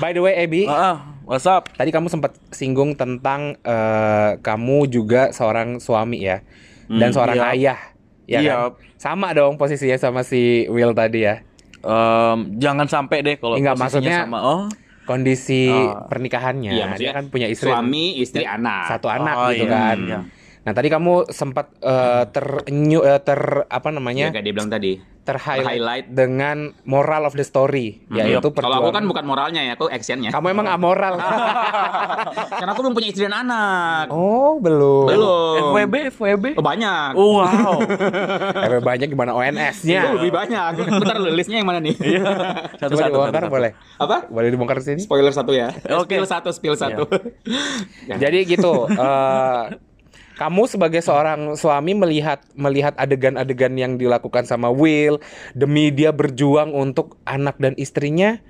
A: By the way, Ebi,
C: Ah, what's up?
A: Tadi kamu sempat singgung tentang eh, kamu juga seorang suami ya dan
B: Hmm,
A: seorang
C: iya.
A: ayah. Ya
C: Iya.
A: kan? Sama dong posisinya sama si Will tadi ya.
C: Um, jangan sampai deh kalau
A: Enggak,
C: posisinya
A: maksudnya-
C: sama oh
A: Kondisi
C: Oh.
A: pernikahannya.
B: Iya,
A: dia
B: maksudnya
A: kan punya istri
B: suami, istri, anak.
A: satu anak
C: Oh,
A: gitu
C: iya,
A: kan.
C: iya.
A: Nah, tadi kamu sempat eh, ter new- eh, ter apa
B: Ya,
A: namanya?
B: Iya, kayak dia bilang tadi.
A: terhighlight
B: Highlight. Hmm.
A: dengan moral of the story yaitu
B: Kalau aku
A: Ya, perjuangan-
B: kan bukan moralnya ya, aku actionnya.
A: kamu emang amoral
B: Karena aku belum punya istri dan anak.
A: oh belum
B: Belum.
C: FWB, FWB.
B: Oh, banyak.
C: Oh, wow.
A: Eh, banyak gimana
B: Itu
A: ONS-nya
B: Iya, lebih banyak. Bentar lu, listnya yang mana nih?
A: Iya. coba
C: satu satu.
A: dibongkar
C: satu, satu.
A: boleh
B: Apa?
A: boleh dibongkar di sini
B: Spoiler satu ya.
C: Oke.
B: Spill
C: Iya.
B: satu, spill satu.
C: Ya.
A: Jadi gitu. eh, kamu sebagai seorang suami melihat melihat adegan-adegan yang dilakukan sama Will demi dia berjuang untuk anak dan istrinya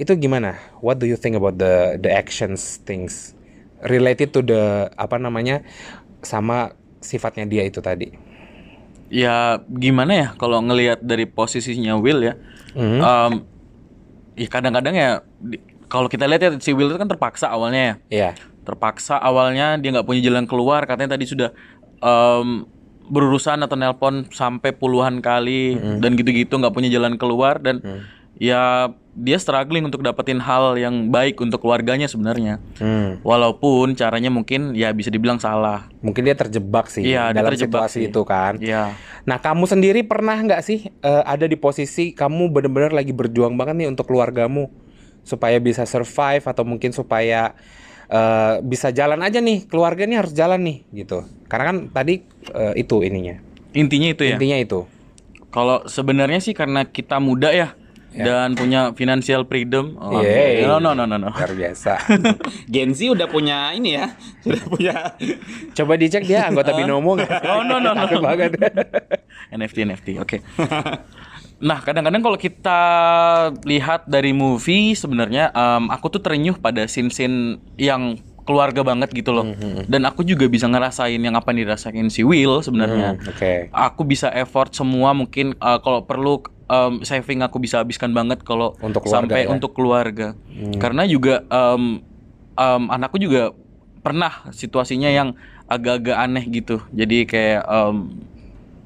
A: itu gimana? What do you think about the the actions things related to the apa namanya sama sifatnya dia itu tadi?
C: Ya gimana ya kalau ngelihat dari posisinya Will ya.
A: Hmm.
C: Em, ya kadang-kadang ya di- kalau kita lihat ya si Will itu kan terpaksa awalnya ya.
A: Iya.
C: Terpaksa awalnya dia nggak punya jalan keluar katanya tadi sudah em, berurusan atau nelpon sampai puluhan kali dan gitu-gitu nggak punya jalan keluar dan ya dia struggling untuk dapetin hal yang baik untuk keluarganya sebenarnya.
A: Hmm.
C: Walaupun caranya mungkin ya bisa dibilang salah.
A: Mungkin dia terjebak sih
C: Iya, dia
A: dalam
C: terjebak
A: situasi
C: sih.
A: itu kan.
C: Ya.
A: Nah, kamu sendiri pernah nggak sih eh, ada di posisi kamu benar-benar lagi berjuang banget nih untuk keluargamu supaya bisa survive atau mungkin supaya eh, bisa jalan aja nih keluarga nih harus jalan nih gitu. Karena kan tadi eh, itu ininya
C: Intinya itu ya.
A: intinya itu.
C: Kalau sebenarnya sih karena kita muda ya dan punya financial freedom. Oh,
A: Yeay.
C: No no no no no.
A: Luar biasa.
B: Gen Z udah punya ini ya. Sudah punya
A: Coba dicek dia anggota binomo nggak?
C: Oh, no, no, no.
A: Takut banget.
C: NFT NFT. Oke. nah kadang-kadang kalau kita lihat dari movie sebenarnya em, aku tuh terenyuh pada scene-scene yang keluarga banget gitu loh. Dan aku juga bisa ngerasain yang apa yang dirasain si Will sebenarnya.
A: Hmm, Oke.
C: Aku bisa effort semua mungkin eh, kalau perlu em, saving aku bisa habiskan banget kalau
A: Untuk keluarga
C: sampai
A: ya? Hmm.
C: untuk keluarga. Karena juga em, em, anakku juga pernah situasinya yang agak-agak aneh gitu. Jadi kayak em,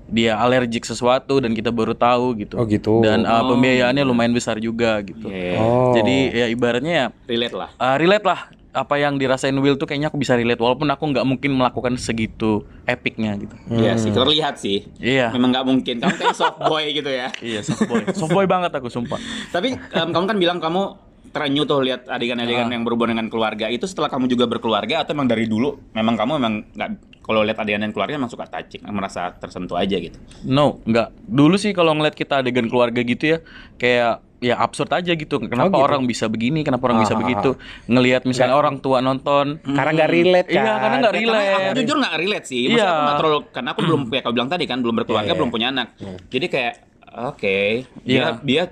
C: dia alergik sesuatu dan kita baru tahu gitu.
A: Oh, gitu.
C: Dan eh, pembiayaannya lumayan besar juga gitu.
B: Iya.
A: Oh.
C: Jadi ya ibaratnya ya
B: relate lah.
C: eh, relate lah apa yang dirasain Will tuh kayaknya aku bisa relate walaupun aku nggak mungkin melakukan segitu epicnya gitu.
B: Iya sih, terlihat sih.
C: Iya.
B: Memang nggak mungkin. Kamu kayak soft boy gitu ya.
C: Iya, softboy. softboy banget aku sumpah.
B: Tapi em, kamu kan bilang kamu terenyuh tuh lihat
C: Ah.
B: adegan-adegan yang berhubungan dengan keluarga itu setelah kamu juga berkeluarga atau memang dari dulu memang kamu memang nggak kalau lihat adegan yang keluarga memang suka touching merasa tersentuh aja gitu
C: No, nggak. Dulu sih kalau ngeliat kita adegan keluarga gitu ya, kayak ya absurd aja gitu. Kenapa
A: gitu?
C: orang bisa begini, kenapa orang bisa
A: Ah, ah,
C: begitu? Ngelihat misalnya orang tua nonton.
A: Karena nggak relate kan.
C: Iya, karena nggak
B: Ya, karena
C: relate.
B: aku jujur nggak relate sih Maksudnya
C: Iya.
B: aku nggak terlalu karena aku belum kayak kau bilang tadi kan belum berkeluarga
A: Hmm. Iya, iya.
B: belum punya anak jadi kayak oke dia
C: Iya.
B: dia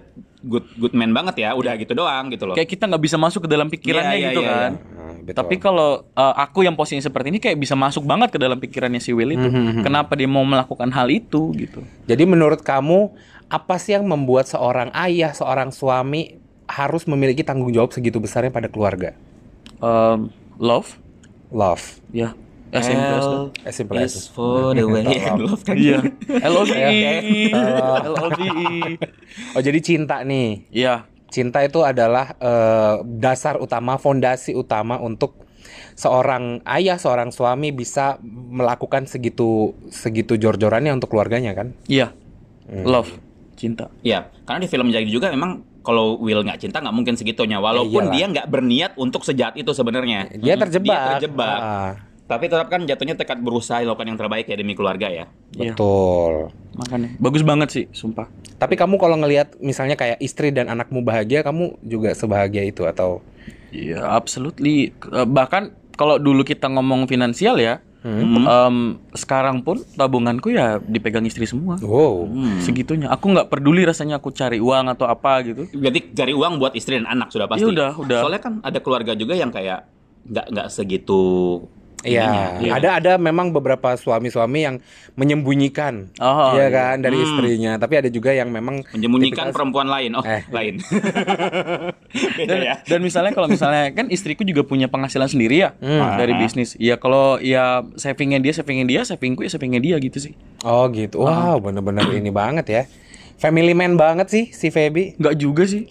B: good good man banget ya udah gitu doang gitu loh
C: Kayak kita nggak bisa masuk ke dalam pikirannya
B: Iya, iya,
C: gitu
B: iya,
C: kan.
A: Hmm, betul.
C: Tapi kalau uh, aku yang posisinya seperti ini kayak bisa masuk banget ke dalam pikirannya si Will itu. Kenapa dia mau melakukan hal itu gitu?
A: Jadi menurut kamu apa sih yang membuat seorang ayah, seorang suami harus memiliki tanggung jawab segitu besarnya pada keluarga?
C: Um, love,
A: Love.
C: ya. Yeah. simple as
B: L
C: love.
A: As simple as
B: is for the way I love kan?
C: Iya. Love.
A: Love.
C: Love.
A: Oh jadi cinta nih.
C: Iya.
A: Cinta itu adalah eh, dasar utama, fondasi utama untuk seorang ayah, seorang suami bisa melakukan segitu segitu jor-jorannya untuk keluarganya kan?
C: Iya. Love, cinta.
B: Ya, karena di film Jadi juga memang kalau Will nggak cinta nggak mungkin segitunya. Walaupun
A: Iyalah.
B: dia nggak berniat untuk sejahat itu sebenarnya.
A: Dia
B: Mm-mm.
A: terjebak.
B: Dia terjebak.
A: Ah,
B: Tapi tetap kan jatuhnya tekad berusaha lakukan yang terbaik ya demi keluarga ya.
C: Iya.
A: betul.
C: Makanya bagus banget sih, sumpah.
A: Tapi kamu kalau ngelihat misalnya kayak istri dan anakmu bahagia, kamu juga sebahagia itu atau
C: Iya, absolutely. Eh, Bahkan kalau dulu kita ngomong finansial ya,
A: Hmm.
C: em, sekarang pun tabunganku ya dipegang istri semua.
A: wow.
C: Segitunya. Aku nggak peduli rasanya aku cari uang atau apa gitu.
B: Jadi cari uang buat istri dan anak sudah pasti.
C: Ya udah, udah.
B: Soalnya kan ada keluarga juga yang kayak nggak nggak segitu.
A: Iya,
B: ininya.
A: ada ada memang beberapa suami-suami yang menyembunyikan,
C: Oh,
A: ya
C: iya.
A: kan dari istrinya. Tapi ada juga yang memang tipikal-
B: Menyembunyikan perempuan lain. Oh,
A: Eh.
B: lain. Beda
C: Dan,
B: ya.
A: Iya.
C: dan misalnya kalau misalnya kan istriku juga punya penghasilan sendiri ya
A: Hmm.
C: dari
A: Ah.
C: bisnis. Ya kalau ya savingnya dia, savingnya dia, savingku ya savingnya dia gitu sih.
A: Oh gitu, wow bener-bener ini banget ya, family man banget sih si Feby.
C: Nggak juga sih.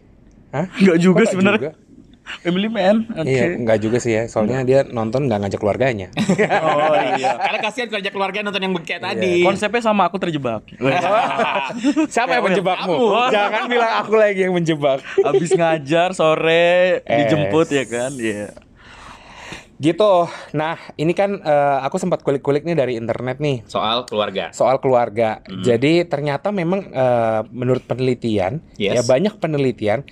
A: Hah?
C: Nggak juga
A: Kok nggak
C: sebenarnya.
A: juga?
C: Family man. Oke.
A: Iya, nggak juga sih ya. Soalnya dia nonton nggak ngajak keluarganya.
C: Oh iya.
B: Karena kasihan kerja keluarga nonton yang kayak
A: Iya.
B: tadi.
C: Konsepnya sama aku terjebak.
A: Siapa yang menjebakmu?
C: Kamu.
A: Jangan bilang aku lagi yang menjebak.
C: Abis ngajar sore
A: Eh.
C: dijemput ya kan. Iya.
A: Gitu. Nah, ini kan eh, aku sempat kulik-kulik nih dari internet nih.
B: Soal keluarga.
A: soal keluarga.
B: Hmm.
A: Jadi ternyata memang eh, menurut penelitian
B: Yes.
A: ya banyak penelitian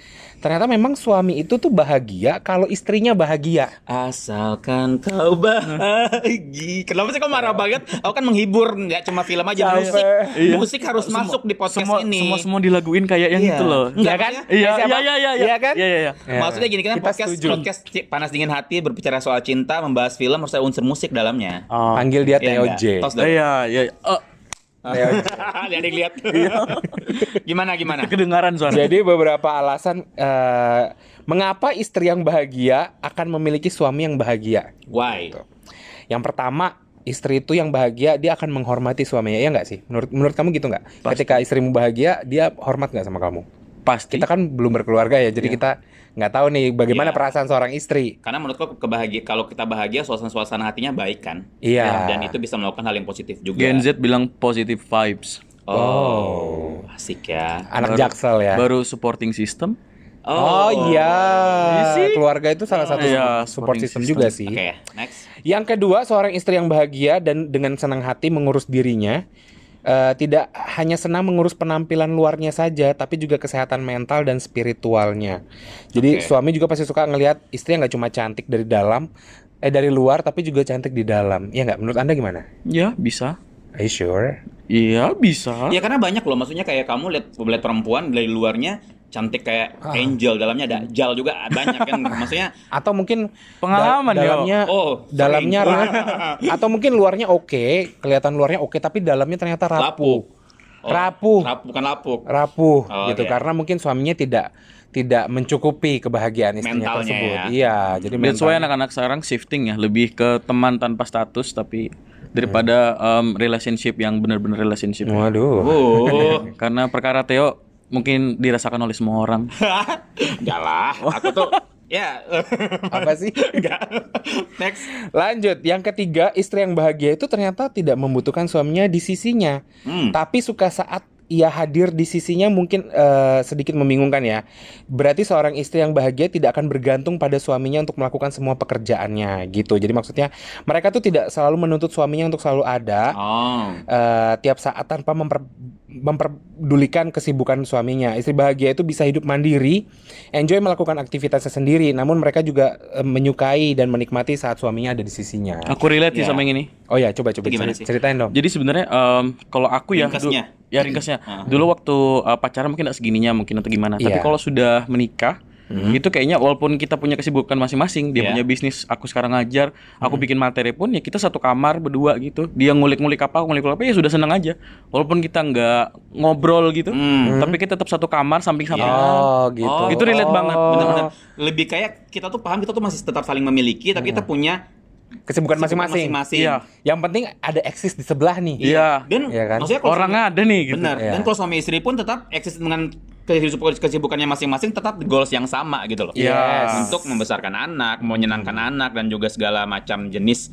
A: ternyata memang suami itu tuh bahagia kalau istrinya bahagia.
B: Asalkan kau bahagia. Kenapa sih kau marah banget? Aku kan menghibur, nggak cuma film aja, musik.
C: Iya.
B: Musik harus masuk di podcast
C: semua,
B: ini.
C: Semua semua dilaguin kayak yang
B: Iya.
C: itu loh.
B: Enggak kan?
C: Iya,
A: Eh, siapa?
C: iya, iya, iya,
A: Iya kan?
C: Iya, iya, iya.
B: Maksudnya gini kan
A: Kita
B: podcast
A: setuju.
B: podcast C- panas dingin hati berbicara soal cinta, membahas film harus ada unsur musik dalamnya.
C: Oh.
A: Panggil dia
B: Iya nggak?
A: TOJ.
B: Tos dong.
C: Iya, iya. Oh,
A: iya,
B: Ada yang lihat. Gimana gimana?
C: kedengaran suara.
A: Jadi beberapa alasan eh, mengapa istri yang bahagia akan memiliki suami yang bahagia.
B: Why?
A: Gitu. Yang pertama istri itu yang bahagia dia akan menghormati suaminya ya nggak sih menurut menurut kamu gitu nggak ketika istrimu bahagia dia hormat nggak sama kamu
C: Pasti.
A: kita kan belum berkeluarga ya jadi kita nggak tahu nih bagaimana
B: Iya.
A: perasaan seorang istri
B: Karena menurutku kebahagia kalau kita bahagia suasana-suasana hatinya baik kan.
A: Iya.
B: Dan itu bisa melakukan hal yang positif juga.
C: Gen Z bilang positive vibes.
B: Oh, asik ya.
A: anak
C: Baru-
A: jaksel ya
C: Baru supporting system.
A: oh iya
C: Iya sih.
A: keluarga itu salah satu
C: Iya,
A: support
C: supporting
A: system
C: system.
A: juga sih
B: Oke, next.
A: yang kedua seorang istri yang bahagia dan dengan senang hati mengurus dirinya eh, tidak hanya senang mengurus penampilan luarnya saja, tapi juga kesehatan mental dan spiritualnya. Jadi
B: Oke.
A: suami juga pasti suka ngelihat istri yang nggak cuma cantik dari dalam, eh dari luar, tapi juga cantik di dalam. Ya nggak? Menurut anda gimana?
C: Ya, bisa.
A: Are you sure?
C: Iya, bisa.
B: Ya karena banyak loh, maksudnya kayak kamu lihat lihat perempuan dari luarnya cantik kayak
A: Ah.
B: angel, dalamnya
A: Hmm.
B: ada jal juga banyak kan. Maksudnya
A: Atau mungkin
C: Pengalaman, Yo.
A: dalamnya
B: Oh,
A: dalamnya
B: sorry.
A: ra- atau mungkin luarnya oke, kelihatan luarnya oke tapi dalamnya ternyata rapuh.
B: lapuk. Oh,
A: Rapuh.
B: rapuh, bukan lapuk.
A: Rapuh
B: Oh,
A: gitu
B: iya.
A: karena mungkin suaminya tidak tidak mencukupi kebahagiaan istrinya
B: Mentalnya
A: tersebut.
B: ya.
A: Iya, jadi
C: That's
A: mentalnya-
C: why anak-anak sekarang shifting ya lebih ke teman tanpa status tapi
A: Iya.
C: daripada em, relationship yang benar-benar relationship.
A: Waduh.
B: Oh,
C: Karena perkara Theo mungkin dirasakan oleh semua orang.
B: enggak lah. Aku tuh ya
A: Apa sih?
B: enggak. Next.
A: Lanjut, yang ketiga, istri yang bahagia itu ternyata tidak membutuhkan suaminya di sisinya,
B: Hmm.
A: tapi suka saat ia hadir di sisinya mungkin eh, sedikit membingungkan ya. Berarti seorang istri yang bahagia tidak akan bergantung pada suaminya untuk melakukan semua pekerjaannya gitu. Jadi maksudnya mereka tuh tidak selalu menuntut suaminya untuk selalu ada
B: Oh.
A: eh, tiap saat tanpa memper- memperdulikan kesibukan suaminya. Istri bahagia itu bisa hidup mandiri, enjoy melakukan aktivitasnya sendiri, namun mereka juga eh, menyukai dan menikmati saat suaminya ada di sisinya.
C: Aku relate nih
B: Iya.
C: sama yang ini.
A: Oh ya, coba coba
B: Itu gimana
A: ceri-
B: sih?
A: ceritain dong.
C: Jadi sebenarnya em, kalau aku ya du-
B: Ringkasnya.
C: ya ringkasnya.
B: Ah.
C: Dulu waktu eh, pacaran mungkin nggak segininya mungkin atau gimana. Tapi
A: Iya.
C: kalau sudah menikah itu kayaknya walaupun kita punya kesibukan
B: Hmm.
C: masing-masing, dia
B: Iya. Hmm.
C: punya bisnis, aku sekarang ngajar, aku bikin materi pun ya kita satu kamar berdua gitu. Dia ngulik-ngulik apa, aku ngulik-ngulik apa ya sudah seneng aja. Walaupun kita nggak ngobrol gitu,
B: Hmm.
C: tapi kita tetap satu kamar samping-sampingan.
A: Oh, gitu.
B: Oh,
C: itu relate banget,
B: Benar-benar lebih kayak kita tuh paham kita tuh masih tetap saling memiliki tapi kita punya
A: Kesibukan masing-masing.
C: Iya.
A: Yang penting ada eksis di sebelah nih.
C: Iya.
B: Dan
A: Iya kan?
B: maksudnya kalau
C: Orangnya ada nih gitu.
B: Benar.
A: Iya.
B: Dan kalau suami istri pun tetap eksis dengan kesibukan- kesibukannya masing-masing tetap goals yang sama gitu loh.
A: Yes.
B: Untuk membesarkan anak, menyenangkan anak dan juga segala macam jenis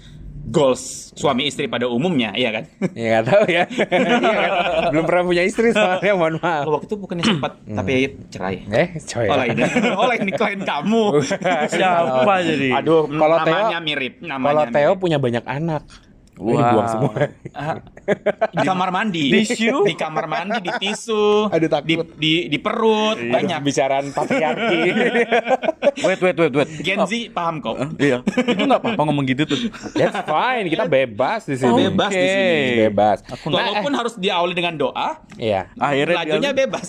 B: goals suami istri pada umumnya, iya kan?
A: Ya nggak tahu ya. Iya kan? Belum pernah punya istri soalnya, mohon maaf.
B: Kalau waktu itu bukannya
A: Hmm.
B: sempat tapi cerai.
A: Eh, coy.
B: Oh lain, oh lain nih klien kamu.
C: Siapa jadi?
B: Aduh,
A: Kalau Theo-
B: Hmm, namanya mirip,
A: Kalau
B: namanya.
A: Theo
B: mirip.
A: punya banyak anak. Ini
C: Wow.
A: dibuang semua.
B: Ah, di kamar mandi,
C: Tisu?
B: di kamar mandi, di tisu,
A: Aduh, takut. Iya.
B: di, di di perut, banyak.
A: Pembicaraan patriarki.
C: Wait, wait, wait, wait.
B: Gen Z paham kok.
C: Iya. Itu nggak apa-apa ngomong gitu tuh.
A: That's fine, kita bebas di sini.
B: Bebas di sini.
C: Oke.
A: Bebas. Nah,
B: Walaupun harus diawali dengan doa,
A: Iya.
C: Akhirnya
B: lajunya
C: dia-
B: bebas.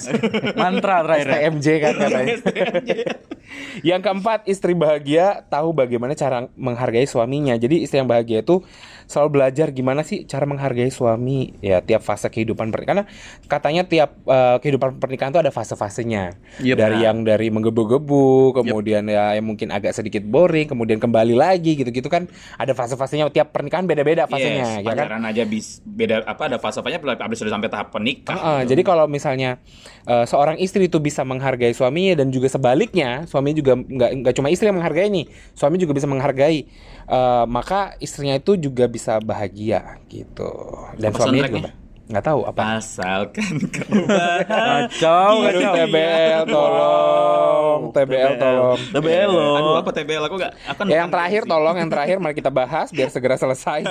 C: Mantra terakhir.
A: STMJ kan katanya. Yang keempat, istri bahagia tahu bagaimana cara menghargai suaminya. Jadi istri yang bahagia itu selalu belajar gimana sih cara menghargai suami ya tiap fase kehidupan pernikahan. Karena katanya tiap eh, kehidupan pernikahan itu ada fase-fasenya.
C: Yep.
A: dari yang dari menggebu-gebu, kemudian ya yang mungkin agak sedikit boring, kemudian kembali lagi gitu-gitu kan. Ada fase-fasenya tiap pernikahan beda-beda fasenya,
B: yes,
A: ya kan?
B: pacaran aja bis, beda apa ada fase-fasenya abis sudah sampai tahap penikah.
A: Heeh, jadi kalau misalnya eh, seorang istri itu bisa menghargai suaminya dan juga sebaliknya suaminya juga nggak nggak cuma istri yang menghargai nih suami juga bisa menghargai Eh, maka istrinya itu juga bisa bahagia gitu dan suaminya
B: Apa
A: juga
B: soundtracknya?
A: bah- nggak tahu apa
B: Asalkan kau bahagia.
C: Kacau,
A: Aduh,
C: kacau.
A: TBL tolong TBL tolong
C: TBL loh.
B: Aduh apa TBL aku nggak akan.
A: Ya, yang
B: gitu
A: terakhir tolong yang terakhir mari kita bahas biar segera selesai.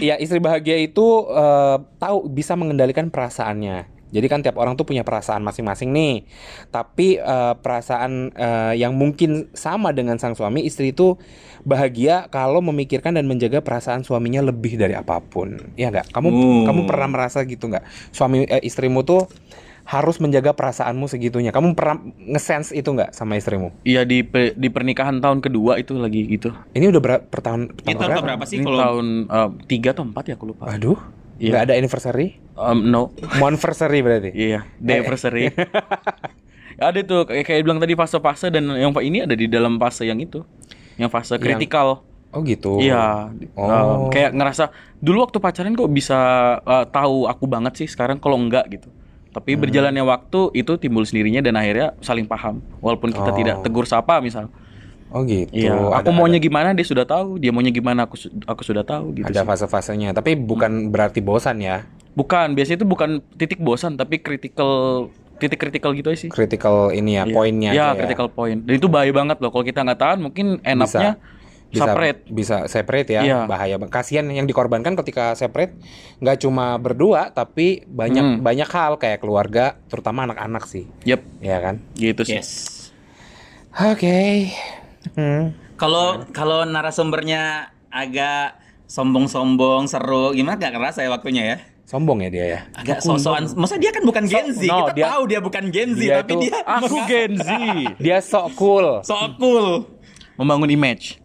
A: ya istri bahagia itu eh, tahu bisa mengendalikan perasaannya. Jadi kan tiap orang tuh punya perasaan masing-masing nih. Tapi eh, perasaan eh, yang mungkin sama dengan sang suami, istri itu bahagia kalau memikirkan dan menjaga perasaan suaminya lebih dari apapun. Ya nggak? Kamu
B: Hmm.
A: kamu pernah merasa gitu nggak? Suami eh, istrimu tuh harus menjaga perasaanmu segitunya. Kamu pernah ngesense itu nggak sama istrimu?
C: Iya di pe- di pernikahan tahun kedua itu lagi gitu.
A: Ini udah berapa per tahun, per
B: Kita
A: tahun
B: berapa, berapa sih
C: Ini
B: kalau
C: tahun eh, tiga atau empat ya aku lupa.
A: Aduh,
C: Iya.
A: nggak ada anniversary?
C: Um, no.
A: Monversary berarti. Eh,
C: Iya, the anniversary. ada tuh kayak, kayak bilang tadi fase-fase dan yang fa- ini ada di dalam fase yang itu. Yang fase kritikal.
A: Oh gitu.
C: Iya.
A: Oh.
C: Um, kayak ngerasa dulu waktu pacaran kok bisa uh, tahu aku banget sih sekarang kalau enggak gitu. Tapi
A: Hmm.
C: berjalannya waktu itu timbul sendirinya dan akhirnya saling paham walaupun kita
A: Oh.
C: tidak tegur sapa misal.
A: Oh gitu.
C: Iya, aku
A: Ada-
C: maunya gimana dia sudah tahu, dia maunya gimana aku su- aku sudah tahu gitu.
A: ada
C: sih.
A: fase-fasenya, tapi bukan berarti bosan ya.
C: Bukan, biasanya itu bukan titik bosan tapi critical titik kritikal gitu aja sih.
A: Critical ini ya,
C: Iya.
A: poinnya
C: Ya,
A: aja
C: critical point. Dan itu bahaya banget loh kalau kita nggak tahan mungkin enaknya
A: Bisa
C: separate.
A: bisa separate ya,
C: Iya.
A: bahaya. banget. Kasihan yang dikorbankan ketika separate nggak cuma berdua tapi banyak
C: Hmm.
A: banyak hal kayak keluarga, terutama anak-anak sih.
C: Yep,
A: Iya kan?
C: gitu sih.
B: yes.
A: Oke. Hmm.
B: Kalau kalau narasumbernya agak sombong-sombong seru gimana nggak kerasa ya waktunya ya?
A: Sombong ya dia ya.
B: Agak sosokan. Masa dia kan bukan Gen Z.
A: So- no,
B: Kita
A: dia-
B: tahu dia bukan Gen Z
A: dia
B: tapi
A: itu-
B: dia
C: Aku Gen Z
A: Dia sok cool.
B: so cool.
C: membangun image,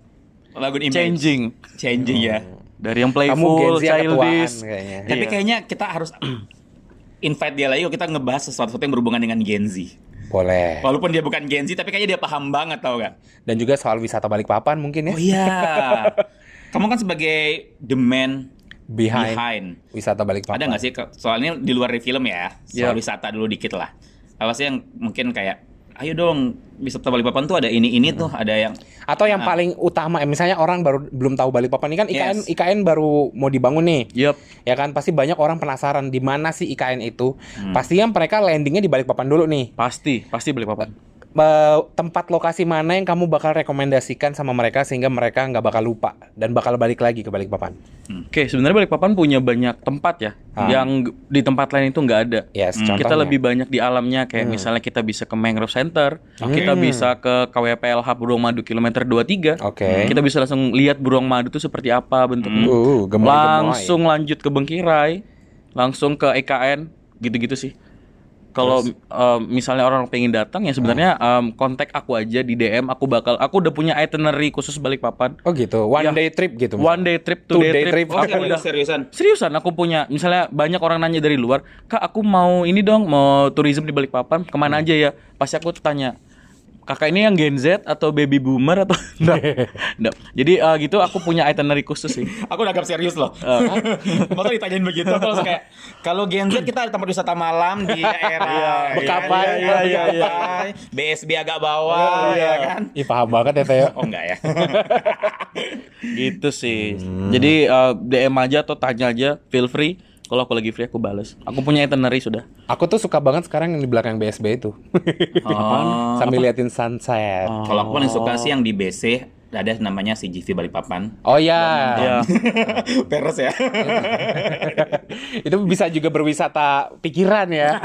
B: Lagu image.
C: changing
B: Changing ya.
A: Hmm.
C: dari yang
A: Kamu Gen
C: playful,
A: Z yang ketuaan
C: childish.
A: kayaknya.
B: Tapi
C: Iya.
B: kayaknya kita harus invite dia lagi yuk kita ngebahas sesuatu yang berhubungan dengan Gen Z.
A: Boleh.
B: Walaupun dia bukan Gen Z tapi kayaknya dia paham banget tau gak?
A: Dan juga soal wisata Balikpapan mungkin ya.
B: Oh iya. Kamu kan sebagai the man
A: Behind.
B: behind.
A: Wisata Balikpapan.
B: Ada nggak sih? ke- Soalnya di luar di film ya. Soal
C: Iya.
B: wisata dulu dikit lah. Apa sih yang mungkin kayak ayo dong wisata Balikpapan tuh ada ini ini tuh ada yang
A: Atau yang
B: Ah.
A: paling utama, eh, misalnya orang baru belum tahu Balikpapan ini kan IKN
B: Yes.
A: IKN baru mau dibangun nih,
C: Yep.
A: ya kan? Pasti banyak orang penasaran di mana sih IKN itu. Pastinya mereka landingnya di Balikpapan dulu nih.
C: Pasti, pasti beli papan.
A: Eh, Tempat lokasi mana yang kamu bakal rekomendasikan sama mereka sehingga mereka nggak bakal lupa dan bakal balik lagi ke Balikpapan?
C: Oke, sebenarnya Balikpapan punya banyak tempat ya,
A: Ah.
C: yang g- di tempat lain itu nggak ada.
A: Yes,
C: Hmm, Kita
A: contohnya. Hmm.
C: lebih banyak di alamnya, kayak misalnya kita bisa ke Mangrove Center, kita bisa ke KWPLH Burung Madu kilometer 23.
A: Oke.
C: Hmm, Kita bisa langsung lihat burung madu itu seperti apa bentuknya.
A: Uh, gemoy-gemoy.
C: langsung lanjut ke Bengkirai, langsung ke EKN, gitu-gitu sih. Kalau um, misalnya orang pengen datang ya sebenarnya um, kontak aku aja di DM, aku bakal aku udah punya itinerary khusus Balikpapan.
A: Oh gitu, one
C: Ya.
A: day trip gitu.
C: One day trip, two, day, trip.
A: Oh,
C: Aku
B: Serius,
C: udah
B: seriusan.
C: seriusan aku punya misalnya banyak orang nanya dari luar, "Kak, aku mau ini dong, mau tourism di Balikpapan, kemana aja ya?" Pasti aku tanya, "Kakak ini yang Gen Z atau baby boomer atau enggak?" Enggak. Jadi eh, gitu aku punya itinerary khusus sih.
B: Aku udah agak serius loh. Masa ditanyain begitu aku langsung kayak kalau Gen Z kita ada tempat wisata malam di daerah
A: Bekapai,
B: iya, iya,
A: iya, iya.
B: Bekapai, BSB agak bawah ya kan.
A: Ih, paham banget ya Teo.
B: Oh enggak ya.
C: Gitu sih.
B: Hmm.
C: Jadi eh, DM aja atau tanya aja, feel free. Kalau aku lagi free aku bales. Aku punya itinerary sudah.
A: Aku tuh suka banget sekarang yang di belakang BSB itu.
B: Oh.
A: Sambil liatin sunset. Oh,
B: Kalau aku paling suka sih yang di BC ada namanya CGV Balikpapan. Ah. Iya.
A: ya.
C: Ya.
B: Peres ya.
A: itu bisa juga berwisata pikiran ya.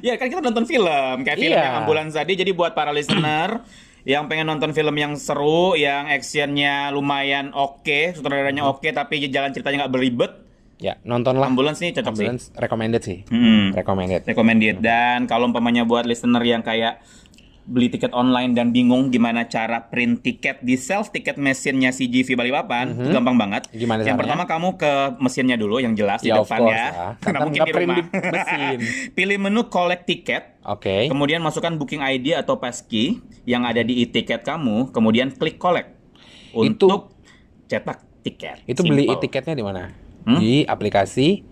B: ya kan kita nonton film kayak film
A: Iya.
B: yang ambulans tadi jadi buat para listener yang pengen nonton film yang seru yang actionnya lumayan oke sutradaranya oke tapi jalan ceritanya nggak beribet
A: ya, nontonlah
B: ambulans nih cocok sih Hmm.
A: Ambulance recommended sih.
B: Mm-mm.
A: Recommended.
B: recommended dan kalau umpamanya buat listener yang kayak beli tiket online dan bingung gimana cara print tiket di self ticket mesinnya CGV Balikpapan, itu gampang banget.
A: Mhm. Gimana
B: yang
A: caranya?
B: pertama kamu ke mesinnya dulu yang jelas
A: Ya,
B: di
A: of
B: depan
A: course,
B: ya.
A: lah.
B: Karena
A: Nggak-
B: mungkin
A: nggak
B: di
A: print
B: rumah.
A: di mesin.
B: Pilih menu collect tiket.
A: Oke.
B: Kemudian masukkan booking ID atau passkey yang ada di e-ticket kamu, kemudian klik collect untuk cetak tiket.
A: Itu beli
B: Simple.
A: tiketnya di mana?
B: Hmm?
A: Di aplikasi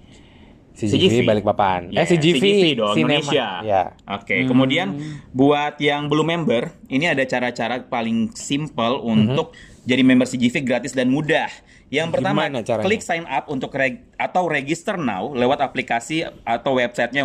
A: CGV,
B: CGV.
A: Balikpapan.
B: Ya,
A: eh CGV,
B: dong,
A: Cinema.
B: Indonesia.
A: Ya.
B: Oke, kemudian buat yang belum member, ini ada cara-cara paling simple
A: Mhm.
B: untuk jadi member CGV gratis dan mudah. Yang pertama,
A: Gimana caranya?
B: klik sign up untuk reg- atau register now lewat aplikasi atau websitenya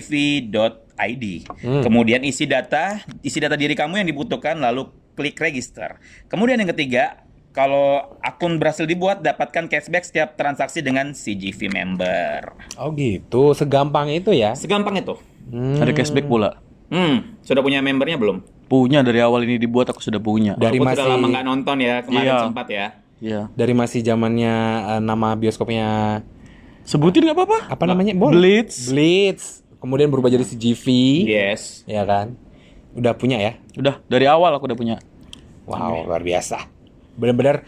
B: www.cgv.id.
A: Hmm.
B: Kemudian isi data, isi data diri kamu yang dibutuhkan lalu klik register. Kemudian yang ketiga, kalau akun berhasil dibuat, dapatkan cashback setiap transaksi dengan CGV member.
A: Oh gitu, segampang itu ya.
B: Segampang itu.
C: Ada cashback pula.
B: Hmm, sudah punya membernya belum?
C: Punya dari awal ini dibuat aku sudah punya.
A: Dari
B: Walaupun
A: masih
B: sudah lama nggak nonton ya, kemarin
C: Iya.
B: sempat ya.
C: Iya.
A: dari masih zamannya eh, nama bioskopnya
C: Sebutin nggak apa-apa?
A: apa namanya? Bol?
C: Blitz.
A: Blitz. Kemudian berubah jadi CGV.
B: Iya. Yes.
A: Ya kan? Udah punya ya?
C: Udah dari awal aku udah punya.
A: Wow, luar biasa. Benar-benar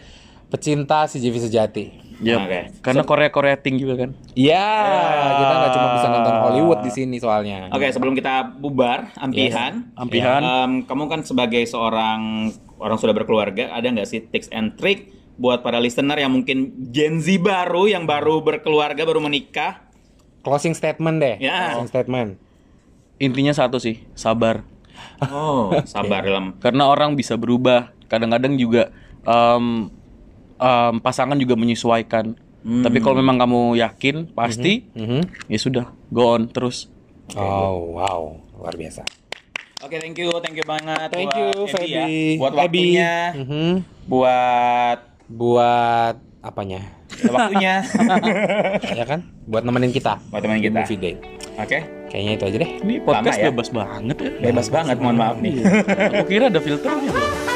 A: pecinta CGV sejati.
C: Iya.
B: Oke.
C: Karena Korea-Korea ting juga kan.
A: Iya, kita nggak cuma bisa nonton Hollywood di sini soalnya.
B: Oke, sebelum kita bubar, ampihan.
C: Ampihan.
B: Em, kamu kan sebagai seorang orang sudah berkeluarga, ada nggak sih tips and trick buat para listener yang mungkin Gen Z baru, yang baru berkeluarga, baru menikah?
A: Closing statement deh.
B: Ya.
A: Closing statement.
C: Intinya satu sih, sabar.
B: Oh, sabar
A: Iya.
B: dalam.
C: Karena orang bisa berubah. Kadang-kadang juga em, em, pasangan juga menyesuaikan.
B: Hmm.
C: Tapi kalau memang kamu yakin pasti,
A: Mhm.
C: ya sudah, go on terus.
A: Oh, wow, luar biasa.
B: Oke, thank you, thank you banget.
A: Thank
B: buat
A: you,
B: Ebi
A: Feby.
B: ya. Buat
A: Ebi.
B: waktunya,
A: Mhm.
B: buat
A: Buat apanya?
B: buat waktunya.
A: ya kan? Buat nemenin kita.
B: Buat teman
A: di
B: kita.
A: Movie date.
B: Oke,
A: Kayaknya itu aja deh.
C: Ini podcast
B: Lama ya?
C: bebas banget ya.
A: Iya.
B: bebas banget, mohon maaf nih.
C: Aku kira ada filternya loh.